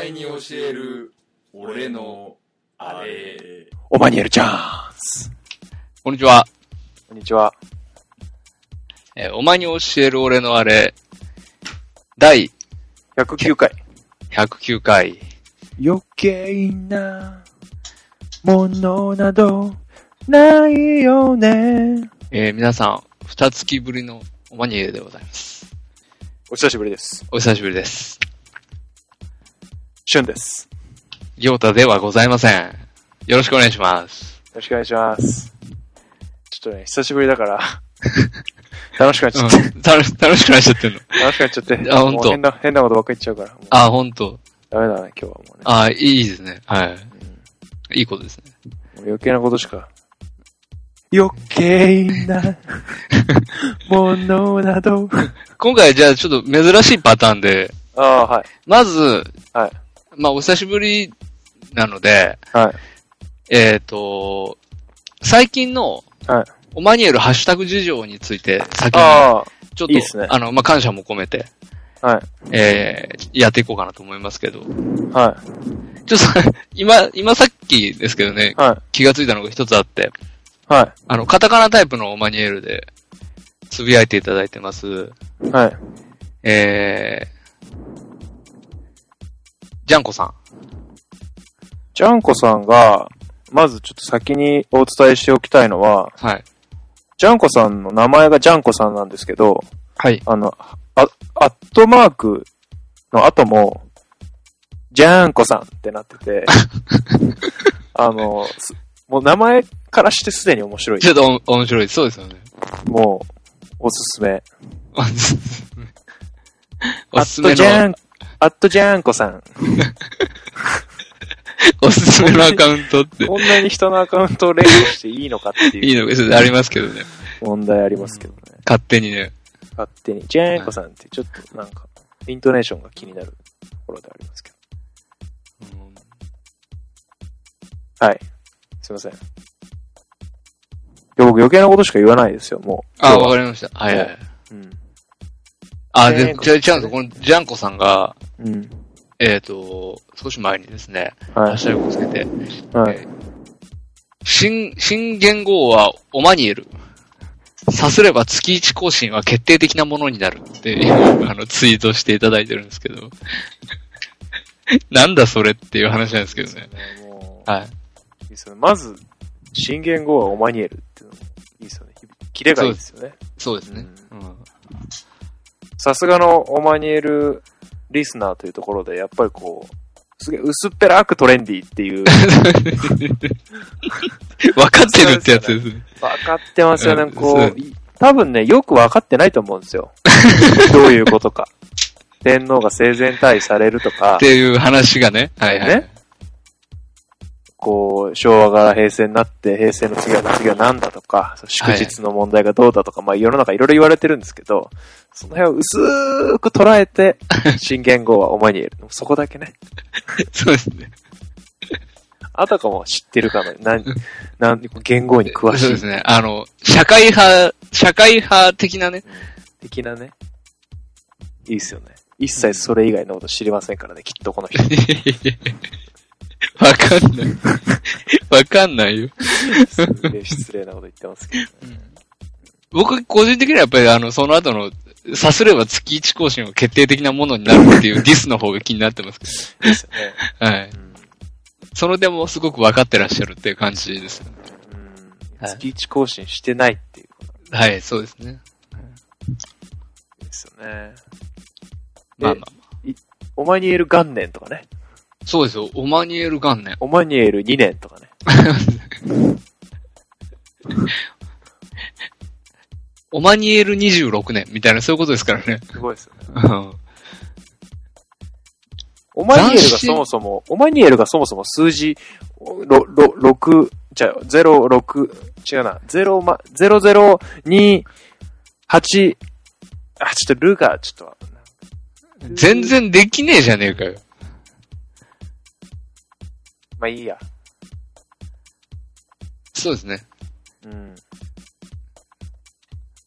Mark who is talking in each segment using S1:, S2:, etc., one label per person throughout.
S1: える俺のあれ
S2: オマニエルチャンス。こんにちは。
S3: こんにちは。
S2: えーお前に教える俺のあれ、第
S3: 109回。
S2: 109回。
S4: 余計なものなどないよね。
S2: えー皆さん、二月ぶりのオマニエルでございます。
S3: お久しぶりです。
S2: お久しぶりです。
S3: シュンです。よ
S2: ギョータではございません。よろしくお願いします。
S3: ろしくお願いします。ちょっとね、久しぶりだ から、楽しくなっちゃって、
S2: うん、楽し楽しくなっちゃってんの。
S3: 楽しくなっちゃって、
S2: あほんと
S3: もう変な、変なことばっかり言っちゃうから、もう
S2: あ、ほんと。
S3: ダメだね、今日はもうね。
S2: あ、いいですね。はい。いいことですね。
S3: もう余計なことしか。
S4: 余計なものなど。
S2: 今回じゃあちょっと珍しいパターンで、
S3: あ あ、はい。
S2: まず、
S3: はい
S2: まあお久しぶりなので、
S3: はい。
S2: えっ、と、最近の、
S3: はい
S2: オマニエルハッシュタグ事情について、先に、
S3: あ
S2: ちょっと、
S3: いいっすね
S2: あの、まあ、感謝も込めて、
S3: あ、はい。
S2: えー、やっていこうかなと思いますけど、
S3: は
S2: ちょっと、 今、今さっきですけどね
S3: い。、はい。
S2: 気がついたのが一つあって、
S3: は
S2: あの、カタカナタイプのオマニエルで、つぶやいていただいてます、
S3: い。はい。
S2: えー、ジャンコさん。
S3: ジャンコさんが、まずちょっと先にお伝えしておきたいのは、
S2: はい。
S3: ジャンコさんの名前がジャンコさんなんですけど、
S2: はい。
S3: あの、あ、アットマークの後も、ジャーンコさんってなって て、あの、すもう名前からしてすでに面白い
S2: ち。ょっとお面白い。そうですよね。
S3: もう、おすすめ。
S2: おすすめおすす
S3: アッ
S2: め
S3: トジャー
S2: の、
S3: ン、アットジャーンコさん。
S2: おすすめのアカウントって、
S3: こんなに人のアカウントを連呼していいのかって
S2: い
S3: いう
S2: いのがありますけどね。
S3: 問題ありますけどね。
S2: 勝手にね。
S3: 勝手に。ジャーンコさんってちょっとなんか、イントネーションが気になるところでありますけ
S2: うん
S3: ど。はい。すいません。いや僕余計なことしか言わないですよ、もう。
S2: あ、わかりました。はいはい。
S3: りうん。
S2: あ、
S3: ジャ
S2: で
S3: ン、コ
S2: じゃあ、ちゃんと、このジャンコさんが、
S3: うん。
S2: えっ、と、少し前にですね、ハ
S3: は
S2: ッシュタグをつけて、
S3: い。はい。
S2: 新、新元号はオマニエル。さすれば月1更新は決定的なものになるっていう、 あの、ツイートしていただいてるんですけど。 なんだそれっていう話なんですけどね。
S3: もう
S2: はい。
S3: いいですよね。まず、新元号はオマニエルっていうのもいいですよね。キレがいいですよね。
S2: そうですね。うん。
S3: さすがのオマニエルリスナーというところで、やっぱりこう、すげえ薄っぺらくトレンディーっていう、
S2: わかってるってやつですね。
S3: 分かってますよ
S2: う
S3: ね。
S2: ん
S3: こ
S2: そう
S3: う、い多分ね、よく分かってないと思うんです よ。どういうことか。天皇が生前退位されるとか
S2: っ、ていう話がね。はいはい。
S3: ねこう、昭和から平成になって、平成の次は次は何だとか、その祝日の問題がどうだとか、まあ世の中いろいろ言われてるんですけど、その辺を薄く捉え て、新元号はオマニエル。そこだけね。
S2: そうですね。
S3: あたかも知ってるかの、なん、なん、元号に詳
S2: そう
S3: し
S2: で
S3: い
S2: すね。あの、社会派、社会派的なね。
S3: 的なね。いいっすよね。一切それ以外のこと知りませんからね、きっとこの人。
S2: わかんない。わかんないよ。
S3: すげえ失礼なこと言ってますけどね。
S2: 僕、個人的にはやっぱり、あの、その後の、さすれば月1更新は決定的なものになるっていう ディスの方が気になってますけ
S3: いいっすよね。
S2: ど。はい。
S3: うん
S2: その点もすごく分かってらっしゃるっていう感じです。
S3: うん。
S2: はい
S3: 月一更新してないっていうこ
S2: はい、そうですね。
S3: とですよね。
S2: まあまあ。
S3: オマニエル元年とかね。
S2: そうですよ。オマニエル元年。
S3: オマニエル2年とかね。
S2: オマニエル26年みたいな、そういうことですからね。
S3: すごいですよね。
S2: うん
S3: オマニエルが
S2: 斬新
S3: そもそも、オマニエルがそもそも数字、ろ、ろ、6、じゃあ、0、6、違うな、0、ま、0、0、2、8、あ、ちょっとルが、ちょっと、
S2: 全然できねえじゃねえかよ。
S3: まあいいや。
S2: そうですね。
S3: うん。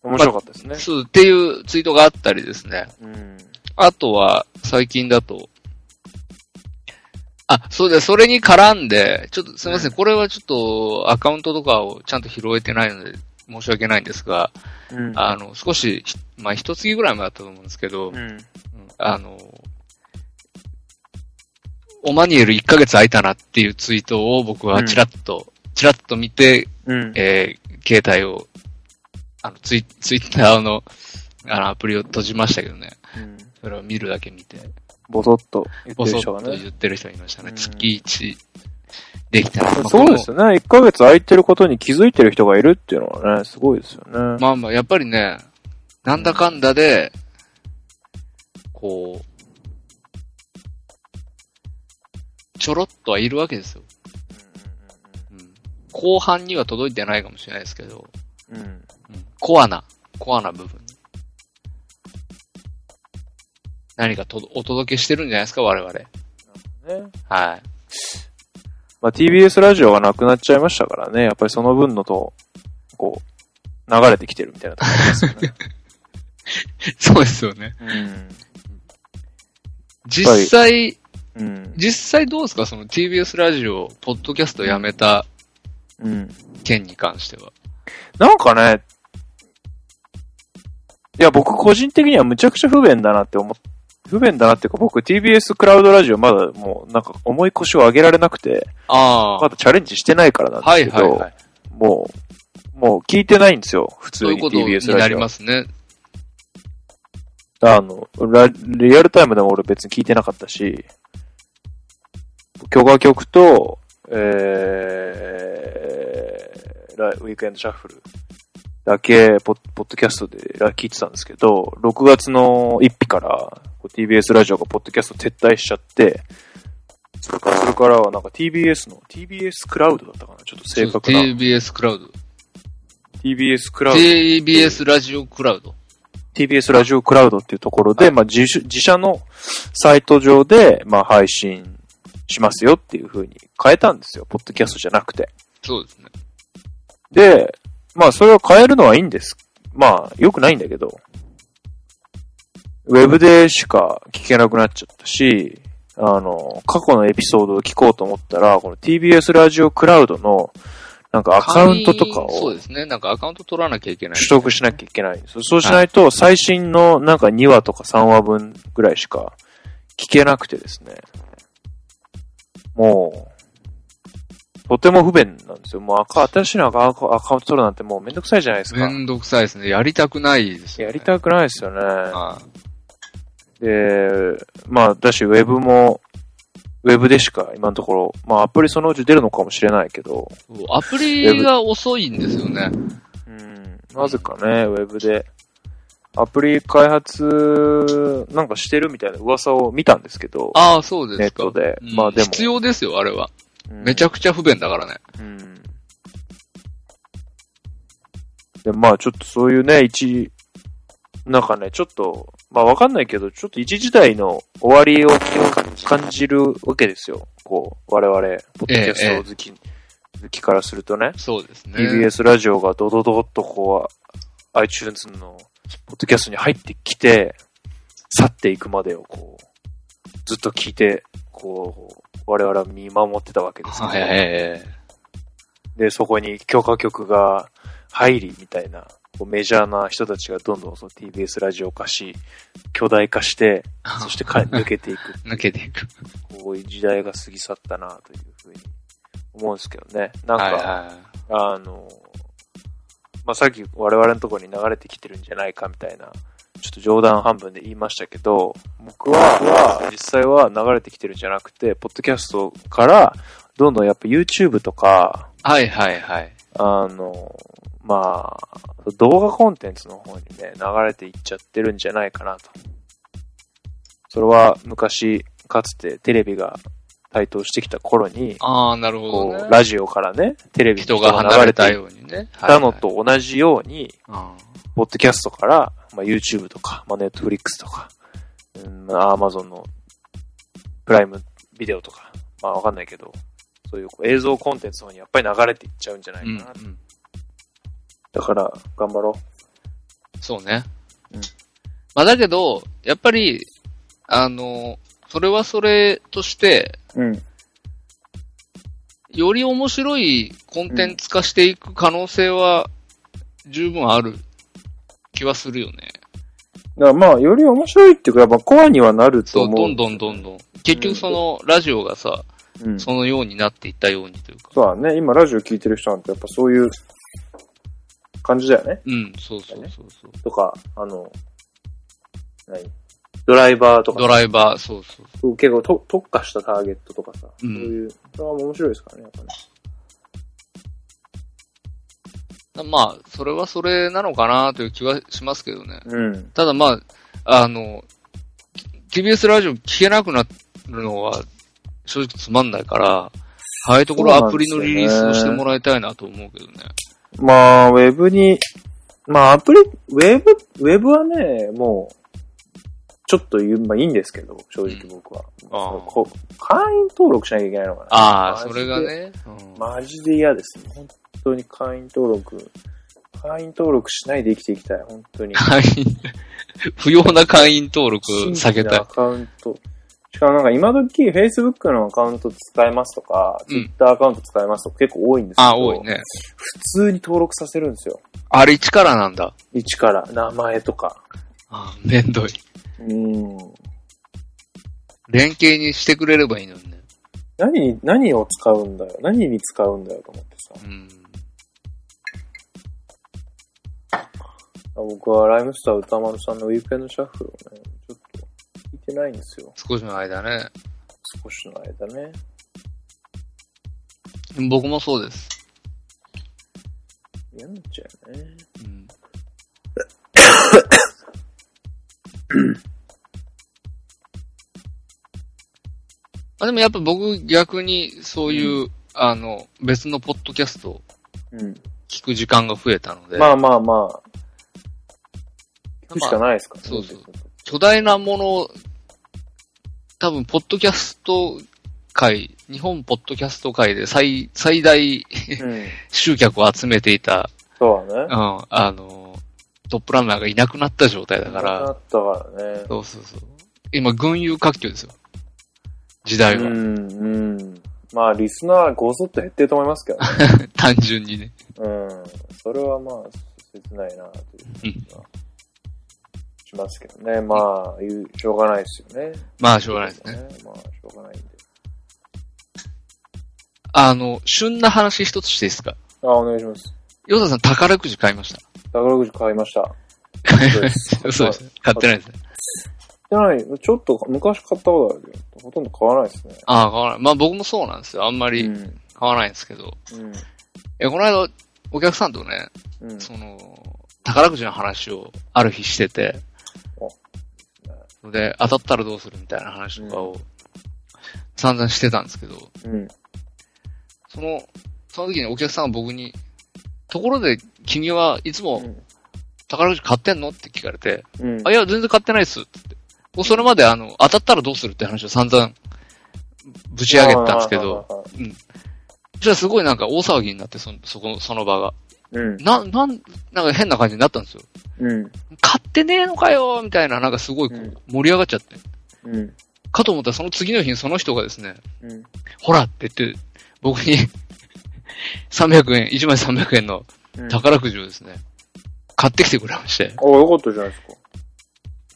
S3: 面白かったですね。
S2: そう、っていうツイートがあったりですね。
S3: うん。
S2: あとは、最近だと、あ、そうで、それに絡んで、ちょっとすみません、これはちょっとアカウントとかをちゃんと拾えてないので、申し訳ないんですが、
S3: うん
S2: あの、少し、ひまあ、一月ぐらい前だったと思うんですけど、
S3: うん。
S2: あの、オマニエル1ヶ月空いたなっていうツイートを僕はチラッと、チラッと見て、
S3: うん。
S2: えー携帯を、あの、ツイ、ツイッターの、あの、アプリを閉じましたけどね。
S3: うん
S2: それを見るだけ見て、
S3: ボソッと言って
S2: ぼ
S3: る
S2: そっ
S3: 人が
S2: と
S3: ね。
S2: 言ってる人いましたね。
S3: うん
S2: 月1できたら。まあ
S3: そうですよね。1ヶ月空いてることに気づいてる人がいるっていうのはね、すごいですよね。
S2: まあまあ、やっぱりね、なんだかんだで、こう、ちょろっとはいるわけですよ。うん後半には届いてないかもしれないですけど、
S3: うん。
S2: うんコアな、コアな部分に。何かとお届けしてるんじゃないですか、我々。
S3: ね。
S2: はい。
S3: まあ TBS ラジオがなくなっちゃいましたからね、やっぱりその分のと、こう、流れてきてるみたいなとこありますよね。
S2: そうですよね。実際、
S3: うん。うん。
S2: 実際どうですかその TBS ラジオ、ポッドキャストをやめた
S3: うん。
S2: 件に関しては。
S3: なんかね、いや、僕個人的にはむちゃくちゃ不便だなって思っ不便だなっていうか、僕 TBS クラウドラジオまだもうなんか重い腰を上げられなくて、
S2: あ
S3: まだチャレンジしてないからなん
S2: は
S3: です
S2: い
S3: けど、
S2: はいはい。
S3: もう、もう聞いてないんですよ、普通
S2: そういう
S3: に
S2: ことに
S3: TBS
S2: な
S3: ラジ
S2: り
S3: オ。
S2: ますね。
S3: あのラ、リアルタイムでも俺別に聞いてなかったし、許可曲と、えー、ラウィークエンドシャッフルだけポッ、ポッドキャストでラ聞いてたんですけど、6月の1日からこう TBS ラジオがポッドキャスト撤退しちゃって、それからそれからはなんか TBS の、TBS クラウドだったかなちょっと正確な。
S2: TBS クラウド。
S3: TBS クラウド。
S2: TBS ラジオクラウド。
S3: TBS ラジオクラウドっていうところで、まあ自主、自社のサイト上で、まあ、配信しますよっていう風に変えたんですよ。ポッドキャストじゃなくて。
S2: そうですね。
S3: で、まあ、それを変えるのはいいんです。まあ、良くないんだけど、ウェブでしか聞けなくなっちゃったし、あの、過去のエピソードを聞こうと思ったら、この TBS ラジオクラウドの、なんかアカウントとか
S2: 会員そ
S3: を
S2: うですね。なんかアカウント取らなきゃいけない。
S3: 取得しなきゃいけないんですよ。そうしないと、最新のなんか2話とか3話分ぐらいしか聞けなくてですね。もう、とても不便なんですよ。もうアカ新しいのアカアカアカウント取るなんてもうめんどくさいじゃないです
S2: め
S3: か。
S2: んどくさいですね。やりたくないですよ
S3: や
S2: ね。
S3: りたくないですよね。
S2: ああ
S3: で、まあ、だし、ウェブも、ウェブでしか今のところ、まあ、アプリそのうち出るのかもしれないけど、
S2: そうアプリが遅いんですよね。
S3: うんなぜかね、ウェブで。アプリ開発なんかしてるみたいな噂を見たんですけど、
S2: ああ、そうで
S3: ネッ
S2: すか。
S3: トで。
S2: うん
S3: まあでも。
S2: 必要ですよ、あれは。めち
S3: ゃ、
S2: ゃくちゃ不便だからね。
S3: うんで、まあちょっとそういうね、一、なんかね、ちょっと、まあわかんないけど、ちょっと一時代の終わりを感じるわけですよ。こう、我々、ポッドキャスト好き、好きからするとね。
S2: そうですね。
S3: TBS ラジオがドドドッとこう、iTunes のポッドキャストに入ってきて、去っていくまでをこう、ずっと聞いて、こう、我々は見守ってたわけですけど、
S2: はいはいはい。
S3: で、そこに許可局が入りみたいな、こうメジャーな人たちがどんどんその TBS ラジオ化し、巨大化して、 そしてか抜けていく、
S2: 抜けていく。
S3: こういう時代が過ぎ去ったなというふうに思うんですけどね。なんか、
S2: はいはい。
S3: あの、まあ、さっき我々のところに流れてきてるんじゃないかみたいな、ちょっと冗談半分で言いましたけど、僕は、実際は流れてきてるんじゃなくて、ポッドキャストから、どんどんやっぱ YouTube とか、
S2: はいはいはい。
S3: あの、まあ、動画コンテンツの方にね、流れていっちゃってるんじゃないかなと。それは昔、かつてテレビが台頭してきた頃に、
S2: ああ、なる
S3: こ
S2: ほど、
S3: う、
S2: ね。
S3: ラジオからね、テレビに
S2: 人が離れた
S3: 流
S2: ようにね。
S3: たのと同じように、
S2: はいはい。
S3: ポッドキャストから、まあ、YouTube とか、まあ、Netflix とか、うん、まあ Amazon のプライムビデオとか、まあわかんないけど、そういうこう映像コンテンツの方にやっぱり流れていっちゃうんじゃな
S2: うん。う
S3: い
S2: ん
S3: かな。だから、頑張ろ
S2: そうね。
S3: うん
S2: まあだけど、やっぱり、あの、それはそれとして、
S3: う。うん。
S2: より面白いコンテンツ化していく可能性は十分ある気はするよね。
S3: だからまあ、より面白いっていうか、やっぱコアにはなると
S2: そう、
S3: 思う。
S2: どんどんどんどん。結局その、ラジオがさ、
S3: うん。そ
S2: そのようになっていったようにというか。
S3: うだね。今、ラジオ聞いてる人なんて、やっぱそういう感じだよね。
S2: うん、そうそうそうそう。
S3: とか、あの、何ドライバーとか
S2: ド、ライバー、そうそう。
S3: 結構と特化したターゲットとかさ、
S2: うん
S3: そういう、ああ、面白いですからね、やっぱね。
S2: まあ、それはそれなのかなという気はしますけどね。
S3: うん。
S2: ただまあ、あの、TBS ラジオ聞けなくなるのは正直つまんないから、早いところアプリのリリースをしてもらいたいなと思うけどね。
S3: まあ、ウェブに、まあ、アプリ、ウェブ、ウェブはね、もう、ちょっと言う、まあいいんですけど、正直僕は。
S2: あー
S3: こ会員登録しなきゃいけないのかな。
S2: ああ、
S3: マジ
S2: そ
S3: で
S2: れが。ね。うん
S3: マジで嫌ですね。本当に会員登録。会員登録しないで生きていきたい、本当に。
S2: 会員、不要な会員登録 避け
S3: 新規の
S2: たい
S3: ア。カウント。しかもなんか今時 Facebook のアカウント使えますとか、
S2: うん
S3: Twitter アカウント使えますとか結構多いんですけど、
S2: ああ、多いね。
S3: 普通に登録させるんですよ。
S2: あれ力なんだ。
S3: 一から、名前とか。
S2: ああ、めんどい。
S3: うん。
S2: 連携にしてくれればいいのにね。
S3: 何に、何を使うんだよ。何に使うんだよと思ってさ。
S2: うん。
S3: 僕はライムスター歌丸さんのウィークエンドシャッフルをね、ちょっと聞いてないんですよ。
S2: 少しの間ね。
S3: 少しの間ね。
S2: 僕もそうです。
S3: 嫌になっちゃうよね。
S2: うん。 あでもやっぱ僕逆にそういう、あの、別のポッドキャストを
S3: うん。
S2: 聞く時間が増えたので、
S3: まあまあまあ。聞くしかないですからね。
S2: そうそう巨大なものを、多分、ポッドキャスト界、日本ポッドキャスト界で最、最大
S3: うん。
S2: 集客を集めていた、
S3: そうだ
S2: うん、
S3: ね。
S2: あの、トップランナーがいなくなった状態だ
S3: な
S2: から、
S3: ったからね。
S2: そうそうそう。今、群雄割拠ですよ。時代
S3: う
S2: は。
S3: ん、うん。まあ、リスナーごそっと減ってると思いますけどね。
S2: 単純にね。
S3: うん。それはまあ、切ないなという気がしますけどね。まあ、言うしょうがないですよね。
S2: まあ、しょうがないですね。
S3: まあ、しょうがないんで。
S2: あの、旬な話一つしていいですか
S3: あ、お願いします。
S2: ヨタさん宝くじ買いました。
S3: 宝くじ買いました。
S2: 買
S3: そうで
S2: いますした。 そうですね。買ってないですね。
S3: じゃない、ちょっと昔買ったことあるけど、ほとんど買わないですね。
S2: ああ、買わない。まあ僕もそうなんですよ。あんまり
S3: う
S2: 買わないんですけど。
S3: ん。
S2: え、この間、お客さんとね、
S3: うん。うん。
S2: その、宝くじの話をある日してて
S3: お、
S2: で、当たったらどうするみたいな話とかを散々してたんですけど、
S3: うん。
S2: その、その時にお客さんが僕に、ところで君はいつも宝くじ買ってんのって聞かれて、
S3: うん。
S2: あ、いや、全然買ってないっす。って言ってもうそれまであの、当たったらどうするって話を散々ぶち上げてたんですけど、
S3: あ。あああ
S2: じゃあすごいなんか大騒ぎになって、そのそこの、その場が。
S3: うん。
S2: な、なん、なんか変な感じになったんですよ。
S3: うん。
S2: 買ってねえのかよみたいな、なんかすごいこ
S3: うん
S2: う盛り上がっちゃって。
S3: うん。
S2: かと思ったらその次の日にその人がですね、
S3: うん。
S2: ほらって言って、僕に 300円、1枚300円の
S3: うん
S2: 宝くじをですね、買ってきてくれまして。
S3: あ、よかったじゃないですか。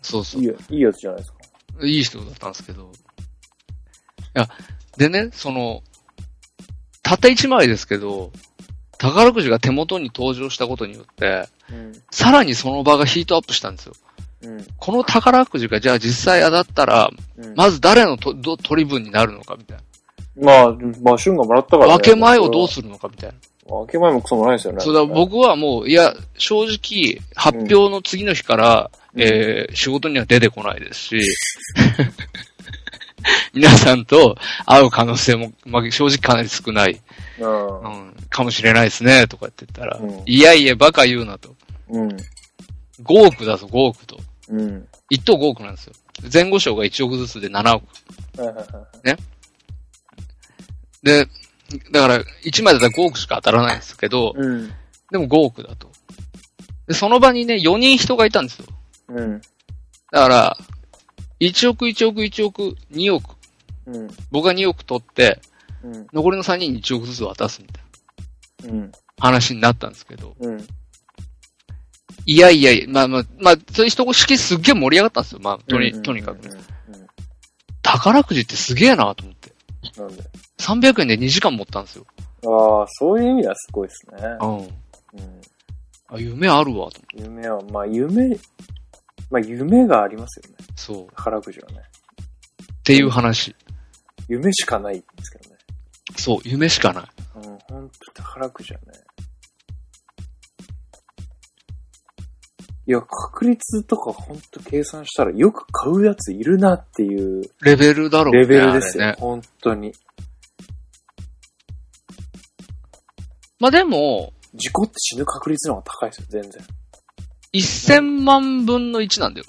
S2: そうそ
S3: いいや、いいやつじゃないですか。
S2: う。いい人だったんですけど。いや、でね、その、たった1枚ですけど、宝くじが手元に登場したことによって、
S3: うん。
S2: さらにその場がヒートアップしたんですよ。
S3: うん。
S2: この宝くじがじゃあ実際当たったら、
S3: うん。
S2: まず誰のとど取り分になるのかみたい
S3: まあ、まあ、シュンがもらったから、
S2: な。
S3: ね。
S2: 分け前をどうするのかみたいな。
S3: 分け前もクソもないですよね。
S2: そうだ、僕はもう、いや、正直、発表の次の日から、
S3: うん
S2: えー仕事には出てこないですし、 皆さんと会う可能性も、まあ、正直かなり少ない、
S3: うん
S2: うん、かもしれないですね、とかって言ったら、
S3: うん
S2: いやいや、バカ言うなと。
S3: うん。
S2: 5億だぞ、5億と。
S3: うん。
S2: 1等5億なんですよ。前後賞が1億ずつで7億。
S3: はいはいはい
S2: で、だから、1枚だったら5億しか当たらないんですけど、
S3: うん。
S2: でも5億だと。で、その場にね、4人人がいたんですよ。
S3: うん。
S2: だから、1億、1億、1億、2億。
S3: うん。
S2: 僕が2億取って、
S3: うん。
S2: 残りの3人に1億ずつ渡すみたいな
S3: うん。
S2: 話になったんですけど、
S3: うん。
S2: いやいやいや、まあまあ、まあ、そういう人式すっげえ盛り上がったんですよ。まあ、とに、とにかく。
S3: う
S2: 宝くじってすげえなと思って。
S3: ん。なんで。
S2: 300円で2時間持ったんですよ。
S3: ああ、そういう意味ではすごいですね。
S2: うん。
S3: うん。
S2: あ、夢あるわ、と思って。
S3: 夢は、まあ夢、まあ夢がありますよね。
S2: そう。っ
S3: 宝くじはね。
S2: ていう話。
S3: 夢しかないんですけどね。
S2: そう、夢しかない。
S3: うん、ほんと宝くじはね。いや、確率とかほんと計算したらよく買うやついるなっていう
S2: レベルだろうね。
S3: レベルですよ。
S2: あれね、
S3: ほんとに。
S2: まあでも、
S3: 事故って死ぬ確率の方が高いですよ、全然。
S2: 1000万分の1なんだよ。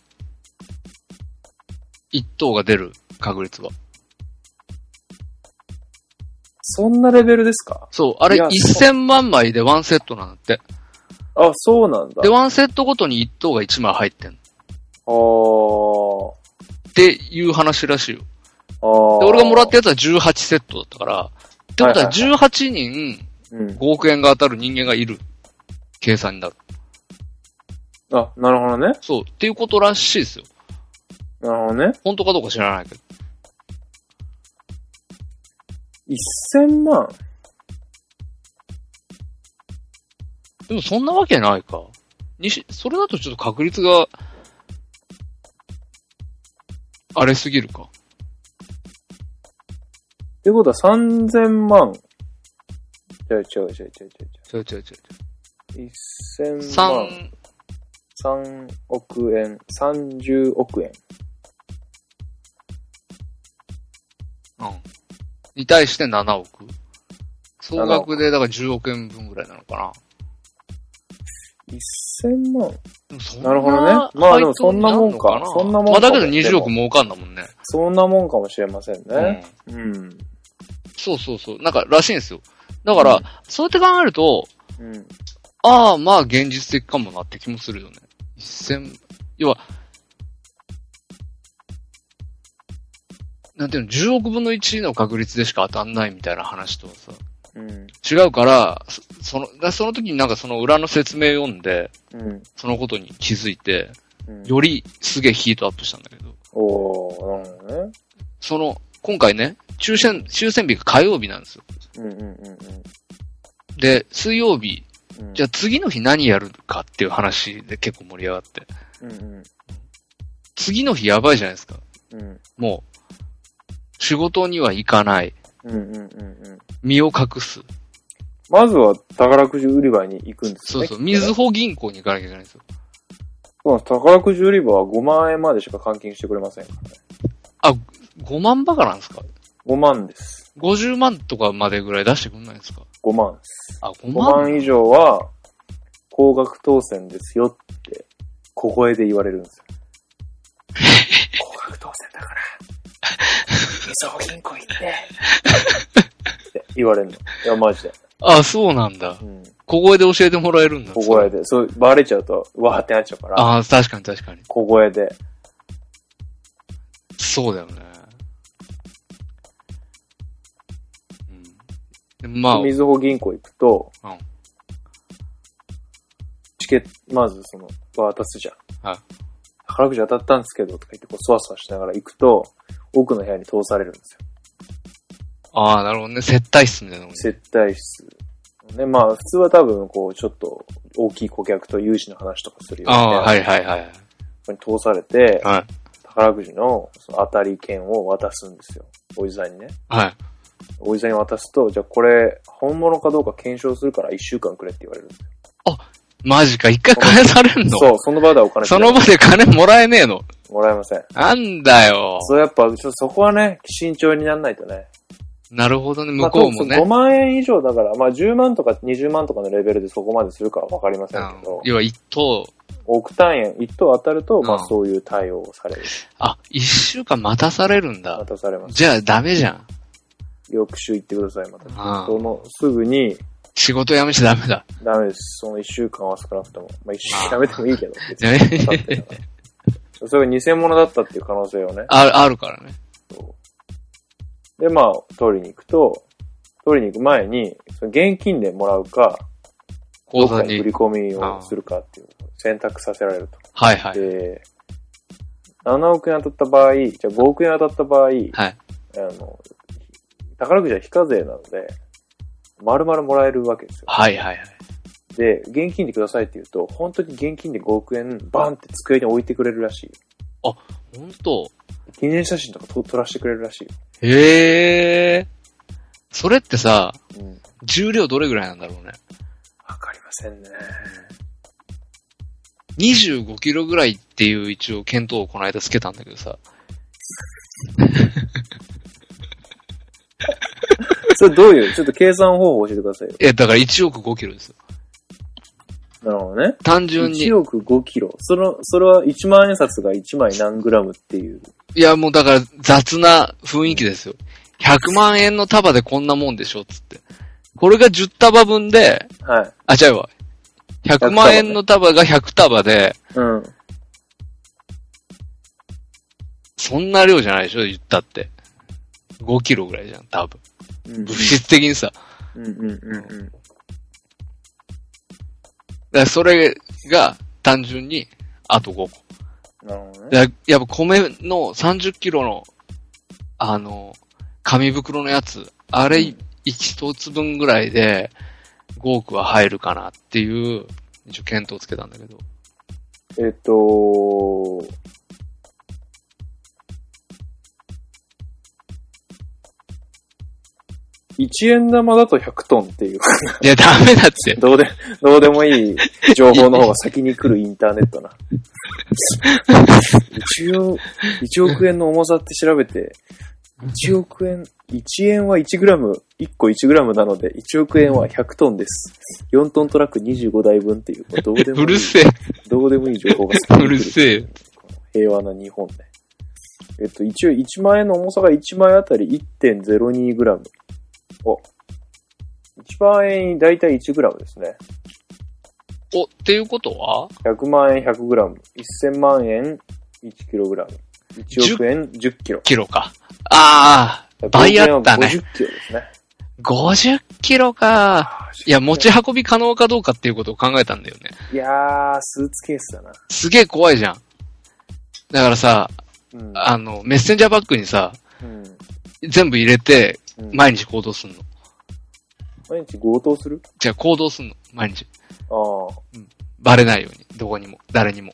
S2: 1等が出る確率は。
S3: そんなレベルですか
S2: そう、あれ
S3: いや
S2: 1000万枚でワンセットなんだって。
S3: あ、そうなんだ。
S2: で、ワンセットごとに1等が1枚入ってんの。
S3: あー
S2: っていう話らしいよ。
S3: あー。
S2: で、俺がもらったやつは18セットだったから、ってことは
S3: はい
S2: 18人
S3: うん
S2: 5。億円が当たる人間がいる計算になる。
S3: あ、なるほどね。
S2: そう、っていうことらしいですよ。
S3: なるほどね。
S2: 本当かどうか知らないけど。
S3: 1000万。
S2: でもそんなわけないか。にし、それだとちょっと確率が、荒れすぎるか。
S3: ってことは3000万。ちょいちょいちょいちょいちょい
S2: 違う違う違う。
S3: ちょい。1000万。
S2: 3、
S3: 3億円、30億円。
S2: うん。に対して7億。総額でだから10億円分ぐらいなのかな。
S3: 1000万。
S2: でもそん
S3: なるほどねまあでもそんなもんか
S2: 配当にるの
S3: そんなもんか
S2: まあだけど20億儲かんだもんね。
S3: そんなもんかもしれませんね。
S2: うん
S3: うん。
S2: そうそうそう。なんか、らしいんですよ。だから、
S3: うん
S2: そうやって考えると、
S3: うん。
S2: ああ、まあ現実的かもなって気もするよね。一千、要は、なんていうの、10億分の1の確率でしか当たんないみたいな話とはさ、
S3: うん。
S2: 違うから、そその、だからその時になんかその裏の説明読んで、
S3: うん。
S2: そのことに気づいて、
S3: うん、
S2: よりすげえヒートアップしたんだけど、
S3: おー、なるほどね。
S2: その、今回ね、抽選、抽選日が火曜日なんですよ。
S3: うんうんう
S2: で、水曜日、
S3: んうん。
S2: じゃあ次の日何やるかっていう話で結構盛り上がって。
S3: うんうん
S2: 次の日やばいじゃないですか。
S3: うん。
S2: もう、仕事には行かない。
S3: うんうんうんうん。
S2: 身を隠す。
S3: まずは宝くじ売り場に行くんです
S2: そ
S3: ね。
S2: うそう。
S3: きっとね
S2: みずほ銀行に行かなきゃいけないんですよ。
S3: そうなんです宝くじ売り場は5万円までしか換金してくれませんからね。
S2: 5万バカなんですか
S3: 5万です。
S2: ?50 万とかまでぐらい出してくんないんですか
S3: 5万です。
S2: あ、5
S3: 5
S2: 万
S3: 万以上は、高額当選ですよって、小声で言われるんです よ。高額当選だから、みずほ銀行行って、って言われるの。いや、マジで。
S2: あ、そうなんだ
S3: う。ん。
S2: 小声で教えてもらえるんだ。
S3: 小声で。そう、バレちゃうと、うわーってなっちゃうから、
S2: ああ、確かに確かに。
S3: 小声で。
S2: そうだよね。うん。でまあ、
S3: みずほ銀行行くと、
S2: うん
S3: チケット、まずその、渡すじゃん。
S2: はい
S3: 宝くじ当たったんですけど、とか言って、こう、そわそわしながら行くと、奥の部屋に通されるんですよ。
S2: ああ、なるほどね。接待室みたいなのに。
S3: 接待室。ね、まあ、普通は多分、こう、ちょっと、大きい顧客と融資の話とかするよう
S2: あ
S3: な
S2: あ、
S3: ね
S2: はいはいはい。
S3: ここに通されて、
S2: はい。
S3: 宝くじのその当たり券を渡すんですよ。おじさんにね。
S2: はい。
S3: おじさんに渡すと、じゃあこれ、本物かどうか検証するから1週間くれって言われる。
S2: マジか。一回返されんの
S3: そう、その場ではお金
S2: その場で金もらえねえの。
S3: もらえません。
S2: なんだよ。
S3: そう、やっぱ、ちょっとそこはね、慎重になんないとね。
S2: なるほどね。向こうも
S3: まあ、5
S2: ね。
S3: 万円以上だから、まあ10万とか20万とかのレベルでそこまでするかはわかりませ
S2: うん
S3: んけど、
S2: 要は一等、
S3: 億単円一等当たると、まあ
S2: うん
S3: そういう対応をされる。
S2: あ、一週間待たされるんだ。
S3: 渡されます。
S2: じゃあダメじゃん。
S3: 翌週行ってください、また。
S2: う
S3: そ
S2: ん。
S3: の、すぐに、
S2: 仕事辞めちゃダメだ。
S3: ダメです。その1週間は少なくとも。まあ1週間やめてもいい けど。別
S2: やめ
S3: に当たってんだから それが偽物だったっていう可能性をね。
S2: ある、あるからね。
S3: そうで、まあ、取りに行くと、取りに行く前に、その現金でもらうか、
S2: 口
S3: どっ
S2: 座
S3: かに
S2: に
S3: 振り。込みをするかっていう選択させられると。
S2: はいはい。
S3: で、7億円当たった場合、じゃあ5億円当たった場合、
S2: はい。
S3: あの、宝くじは非課税なので、丸々もらえるわけですよ。
S2: はいはいはい。
S3: で、現金でくださいって言うと、本当に現金で5億円バンって机に置いてくれるらしいよ。
S2: 本当
S3: 記念写真とかと撮らせてくれるらしいよ。
S2: へえ。それってさ、
S3: うん。
S2: 重量どれぐらいなんだろうね。
S3: わかりませんね。
S2: 25キロぐらいっていう一応検討をこの間つけたんだけどさ。
S3: それどういう、ちょっと計算方法教えてくださいよ。
S2: え、だから1億5キロですよ。
S3: なるほどね。
S2: 単純に。い
S3: 1億5キロ。その、それは1万円札が1枚何グラムっていう。
S2: や、もうだから雑な雰囲気ですよ。100万円の束でこんなもんでしょ、つって。これが10束分で、
S3: はい。
S2: あ、違うわ。100万円の束が100束で、
S3: うん。
S2: そんな量じゃないでしょ、言ったって。5キロぐらいじゃん、多分。
S3: うん
S2: 物質的にさ。
S3: うんうんうんうん。
S2: だからそれが単純にあと5個。
S3: なるほどね。
S2: だからやっぱ米の30キロの、あの、紙袋のやつ、あれ
S3: うん
S2: 1つ分ぐらいで5億は入るかなっていう、一応検討つけたんだけど。
S3: えっと、一円玉だと100トンっていう、
S2: いや、ダメだって。
S3: どうで、どうでもいい情報の方が先に来るインターネットな。一応、一億円の重さって調べて、一億円、一円は1グラム、一個1グラムなので、一億円は100トンです。4トントラック25台分っていう、これどうでもいい。
S2: うるせえ。
S3: どうでもいい情報が
S2: うるせえ。
S3: 平和な日本で。えっと、一応1万円の重さが1枚あたり 1.02g。お。1万円だいたい 1g ですね。
S2: お、っていうことは
S3: 100万円 100g。1000万円 1kg。1億円 10kg。
S2: キロか。ああ、倍あったね
S3: 50kg ですね。
S2: 50キロか。いや、持ち運び可能かどうかっていうことを考えたんだよね。
S3: いやー、スーツケースだな。
S2: すげえ怖いじゃん。だからさ、
S3: うん。
S2: あの、メッセンジャーバッグにさ、
S3: うん。
S2: 全部入れて、
S3: うん
S2: 毎日行動すんの。
S3: 毎日強盗する
S2: じゃあ行動すんの、毎日。
S3: ああ。
S2: バレないように、どこにも、誰にも。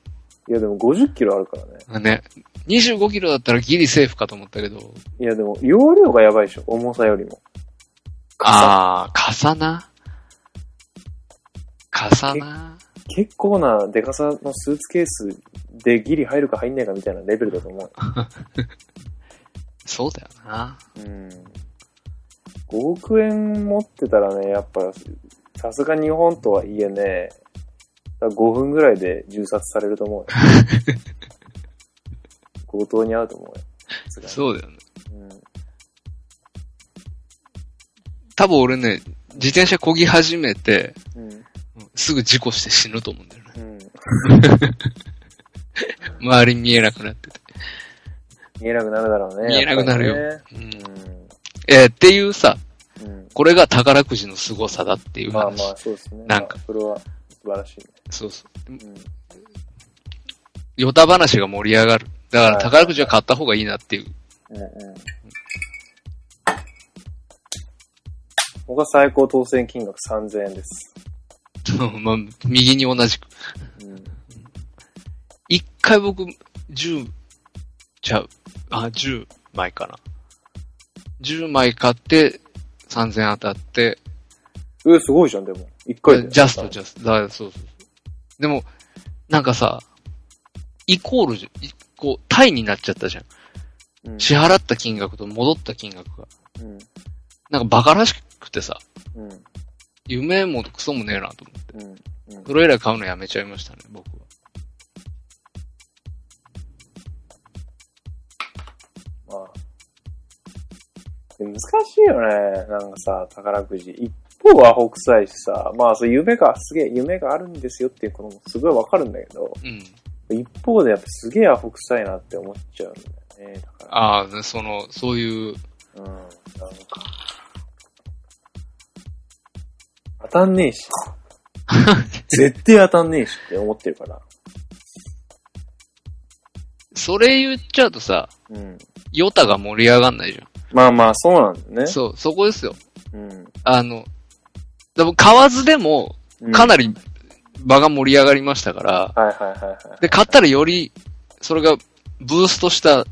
S3: いや、でも 50kg あるからね。
S2: ね。25キロだったらギリセーフかと思ったけど、
S3: いや、でも、容量がやばいでしょ。重さよりも。
S2: ああ、重な。重な。
S3: 結構なデカさのスーツケースでギリ入るか入んないかみたいなレベルだと思う。
S2: そうだよな。
S3: うん。5億円持ってたらね、やっぱ、さすが日本とはいえね、5分ぐらいで銃殺されると 思うよ。強盗に遭うと思うよ。さすが
S2: そうだよね。
S3: にうん。
S2: 多分俺ね、自転車漕ぎ始めて、
S3: うん。
S2: すぐ事故して死ぬと思うんだよね。
S3: うん。
S2: 周り見えなくなってて。
S3: 見えなくなるだろうね。
S2: 見えなくなるよ
S3: やっぱ
S2: うん
S3: りね。
S2: えーっていうさ、
S3: うん。うん。
S2: これが宝くじの凄さだっていう
S3: まあ
S2: 話。
S3: まあ、そうですね。
S2: なんか
S3: まあそれは素晴らしいね。
S2: そうそう。
S3: うん。
S2: ヨタ話が盛り上がる。だから
S3: はい
S2: 宝くじは買った方がいいなっていう。
S3: うんうん。僕は最高当選金額3000円です。
S2: まあ、右に同じく。
S3: うん。
S2: 一回僕、10、ちゃう。あ、10枚かな。10枚買って、3000当たって、
S3: え、すごいじゃん、でも。一回で。
S2: ジャスト、ジャスト。だからそうそうそう。でも、なんかさ、イコールじゃ、いこう、単位になっちゃったじゃん。
S3: うん
S2: 支払った金額と戻った金額が。
S3: うん。
S2: なんかバカらしくてさ、
S3: うん。
S2: 夢もクソもねえなと思って。
S3: うん。
S2: それ以来買うのやめちゃいましたね、僕は。
S3: まあ。で難しいよね。なんかさ、宝くじ。一方は北斎しさ、まあ、そう夢が、すげえ、夢があるんですよっていうこともすごいわかるんだけど、
S2: うん。
S3: 一方でやっぱすげえアホ臭いなって思っちゃうんだよね。だから。
S2: ああ、その、そういう、
S3: うん。なんか。当たんねえ し。絶対当たんねえしって思ってるから。
S2: それ言っちゃうとさ、
S3: うん。
S2: ヨタが盛り上がんないじゃ
S3: まあまあ、そうなんだよね。
S2: ん。そう、そこですよ。
S3: うん。
S2: あの、でも買わずでも、
S3: うん。
S2: かなり場が盛り上がりましたから、
S3: はいはいはいはい。
S2: で、買ったらより、それがブーストした、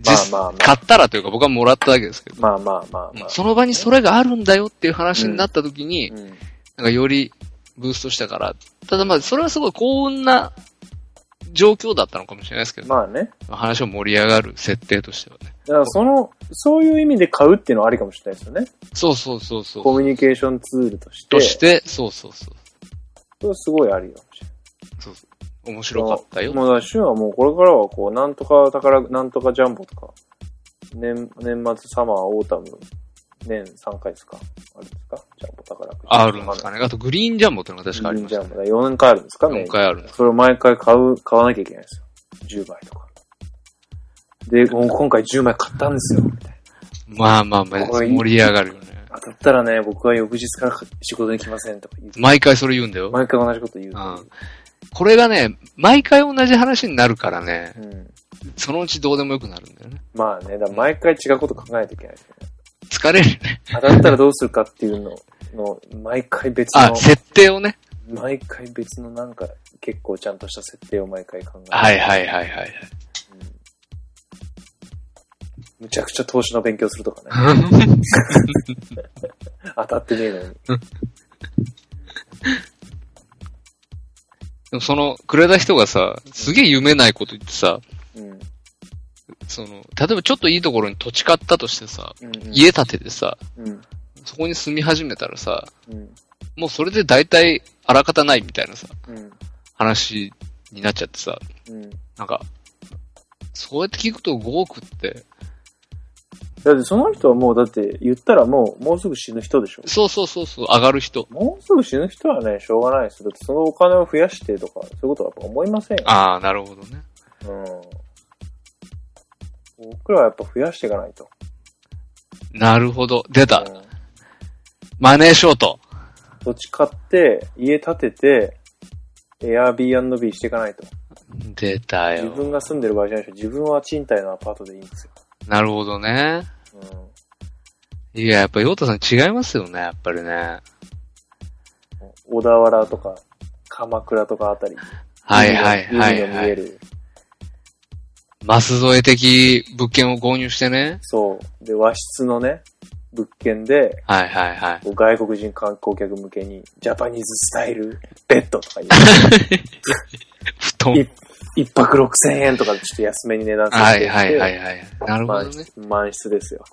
S2: 実
S3: まあまあまあ
S2: 買ったらというか僕はもらっただけですけど、
S3: まあまあまあまあ。
S2: その場にそれがあるんだよっていう話になった時に、
S3: うん。
S2: なんかよりブーストしたから、ただまあそれはすごい幸運な状況だったのかもしれないですけど、
S3: まあね。
S2: 話を盛り上がる設定としてはね。
S3: だからその、そういう意味で買うっていうのはありかもしれないですよね。
S2: そうそうそうそう。
S3: コミュニケーションツールとして。
S2: として、そうそうそう。
S3: それはすごいありかもしれない。
S2: そうそう面白かったよ。
S3: もうだから、旬はもうこれからはこう、なんとか宝、なんとかジャンボとか、年、年末サマー、オータム、年3回ですかあるんですかジャンボ宝くじ。
S2: あるんですかね。あとグリーンジャンボっていうのが確かありまし
S3: ジ
S2: た
S3: ャン
S2: ね。
S3: ボだ。4回あるんですかね
S2: 4回あるんです。
S3: それを毎回買う、買わなきゃいけないんですよ。10倍とか。で、もう今回10枚買ったんですよ。みたいな
S2: まあまあまあ、
S3: これいい
S2: 盛り上がるよね。
S3: 当たったらね、僕は翌日から仕事に来ませんとか言って、
S2: 毎回それ言うんだよ。
S3: 毎回同じこと言う。
S2: うんこれがね、毎回同じ話になるからね、
S3: うん。
S2: そのうちどうでもよくなるんだよね。
S3: まあね、だから毎回違うこと考えないといけないですよね。
S2: 疲れるね。
S3: 当たったらどうするかっていうのの、毎回別
S2: あ、
S3: の、
S2: 設定をね。
S3: 毎回別のなんか、結構ちゃんとした設定を毎回考える。
S2: はいはいはいはい。
S3: むちゃくちゃ投資の勉強するとかね。 当たってねえのに。
S2: でもその、くれた人がさ、すげえ夢ないこと言ってさ、
S3: うん。
S2: その、例えばちょっといいところに土地買ったとしてさ、
S3: うん、うん。
S2: 家建ててさ、
S3: うん。
S2: そこに住み始めたらさ、
S3: うん。
S2: もうそれで大体あらかたないみたいなさ、
S3: うん。
S2: 話になっちゃってさ、
S3: うん。
S2: なんか、そうやって聞くと5億って、
S3: だってその人はもう、だって言ったらもう、もうすぐ死ぬ人でしょ。
S2: そうそうそうそう、上がる人。
S3: もうすぐ死ぬ人はね、しょうがないです。だってそのお金を増やしてとか、そういうことはやっぱ思いませんよ。
S2: ああ、なるほどね。
S3: うん。僕らはやっぱ増やしていかないと。
S2: なるほど。出た
S3: う。ん
S2: マネーショート。
S3: 土地買って、家建てて、Airbnb していかないと。
S2: 出た
S3: 自
S2: よ。
S3: 分が住んでる場合じゃないでしょ。自分は賃貸のアパートでいいんですよ。
S2: なるほどね。いや、やっぱ、ヨータさん違いますよね、やっぱりね。
S3: うん。小田原とか、鎌倉とかあたり。
S2: はいはい
S3: 海の
S2: はい、
S3: 海の
S2: は
S3: 見え
S2: い。
S3: る。
S2: マス添え的物件を購入してね。
S3: そう。で、和室のね、物件で、
S2: はいはいはい。
S3: こう外国人観光客向けに、ジャパニーズスタイルベッドとか言う。
S2: 布団。
S3: い一泊6000円とかでちょっと安めに値段さ
S2: は
S3: せて
S2: い
S3: い
S2: はいはい
S3: い。
S2: はい。なるほど
S3: 満
S2: ね。
S3: 室満室ですよ。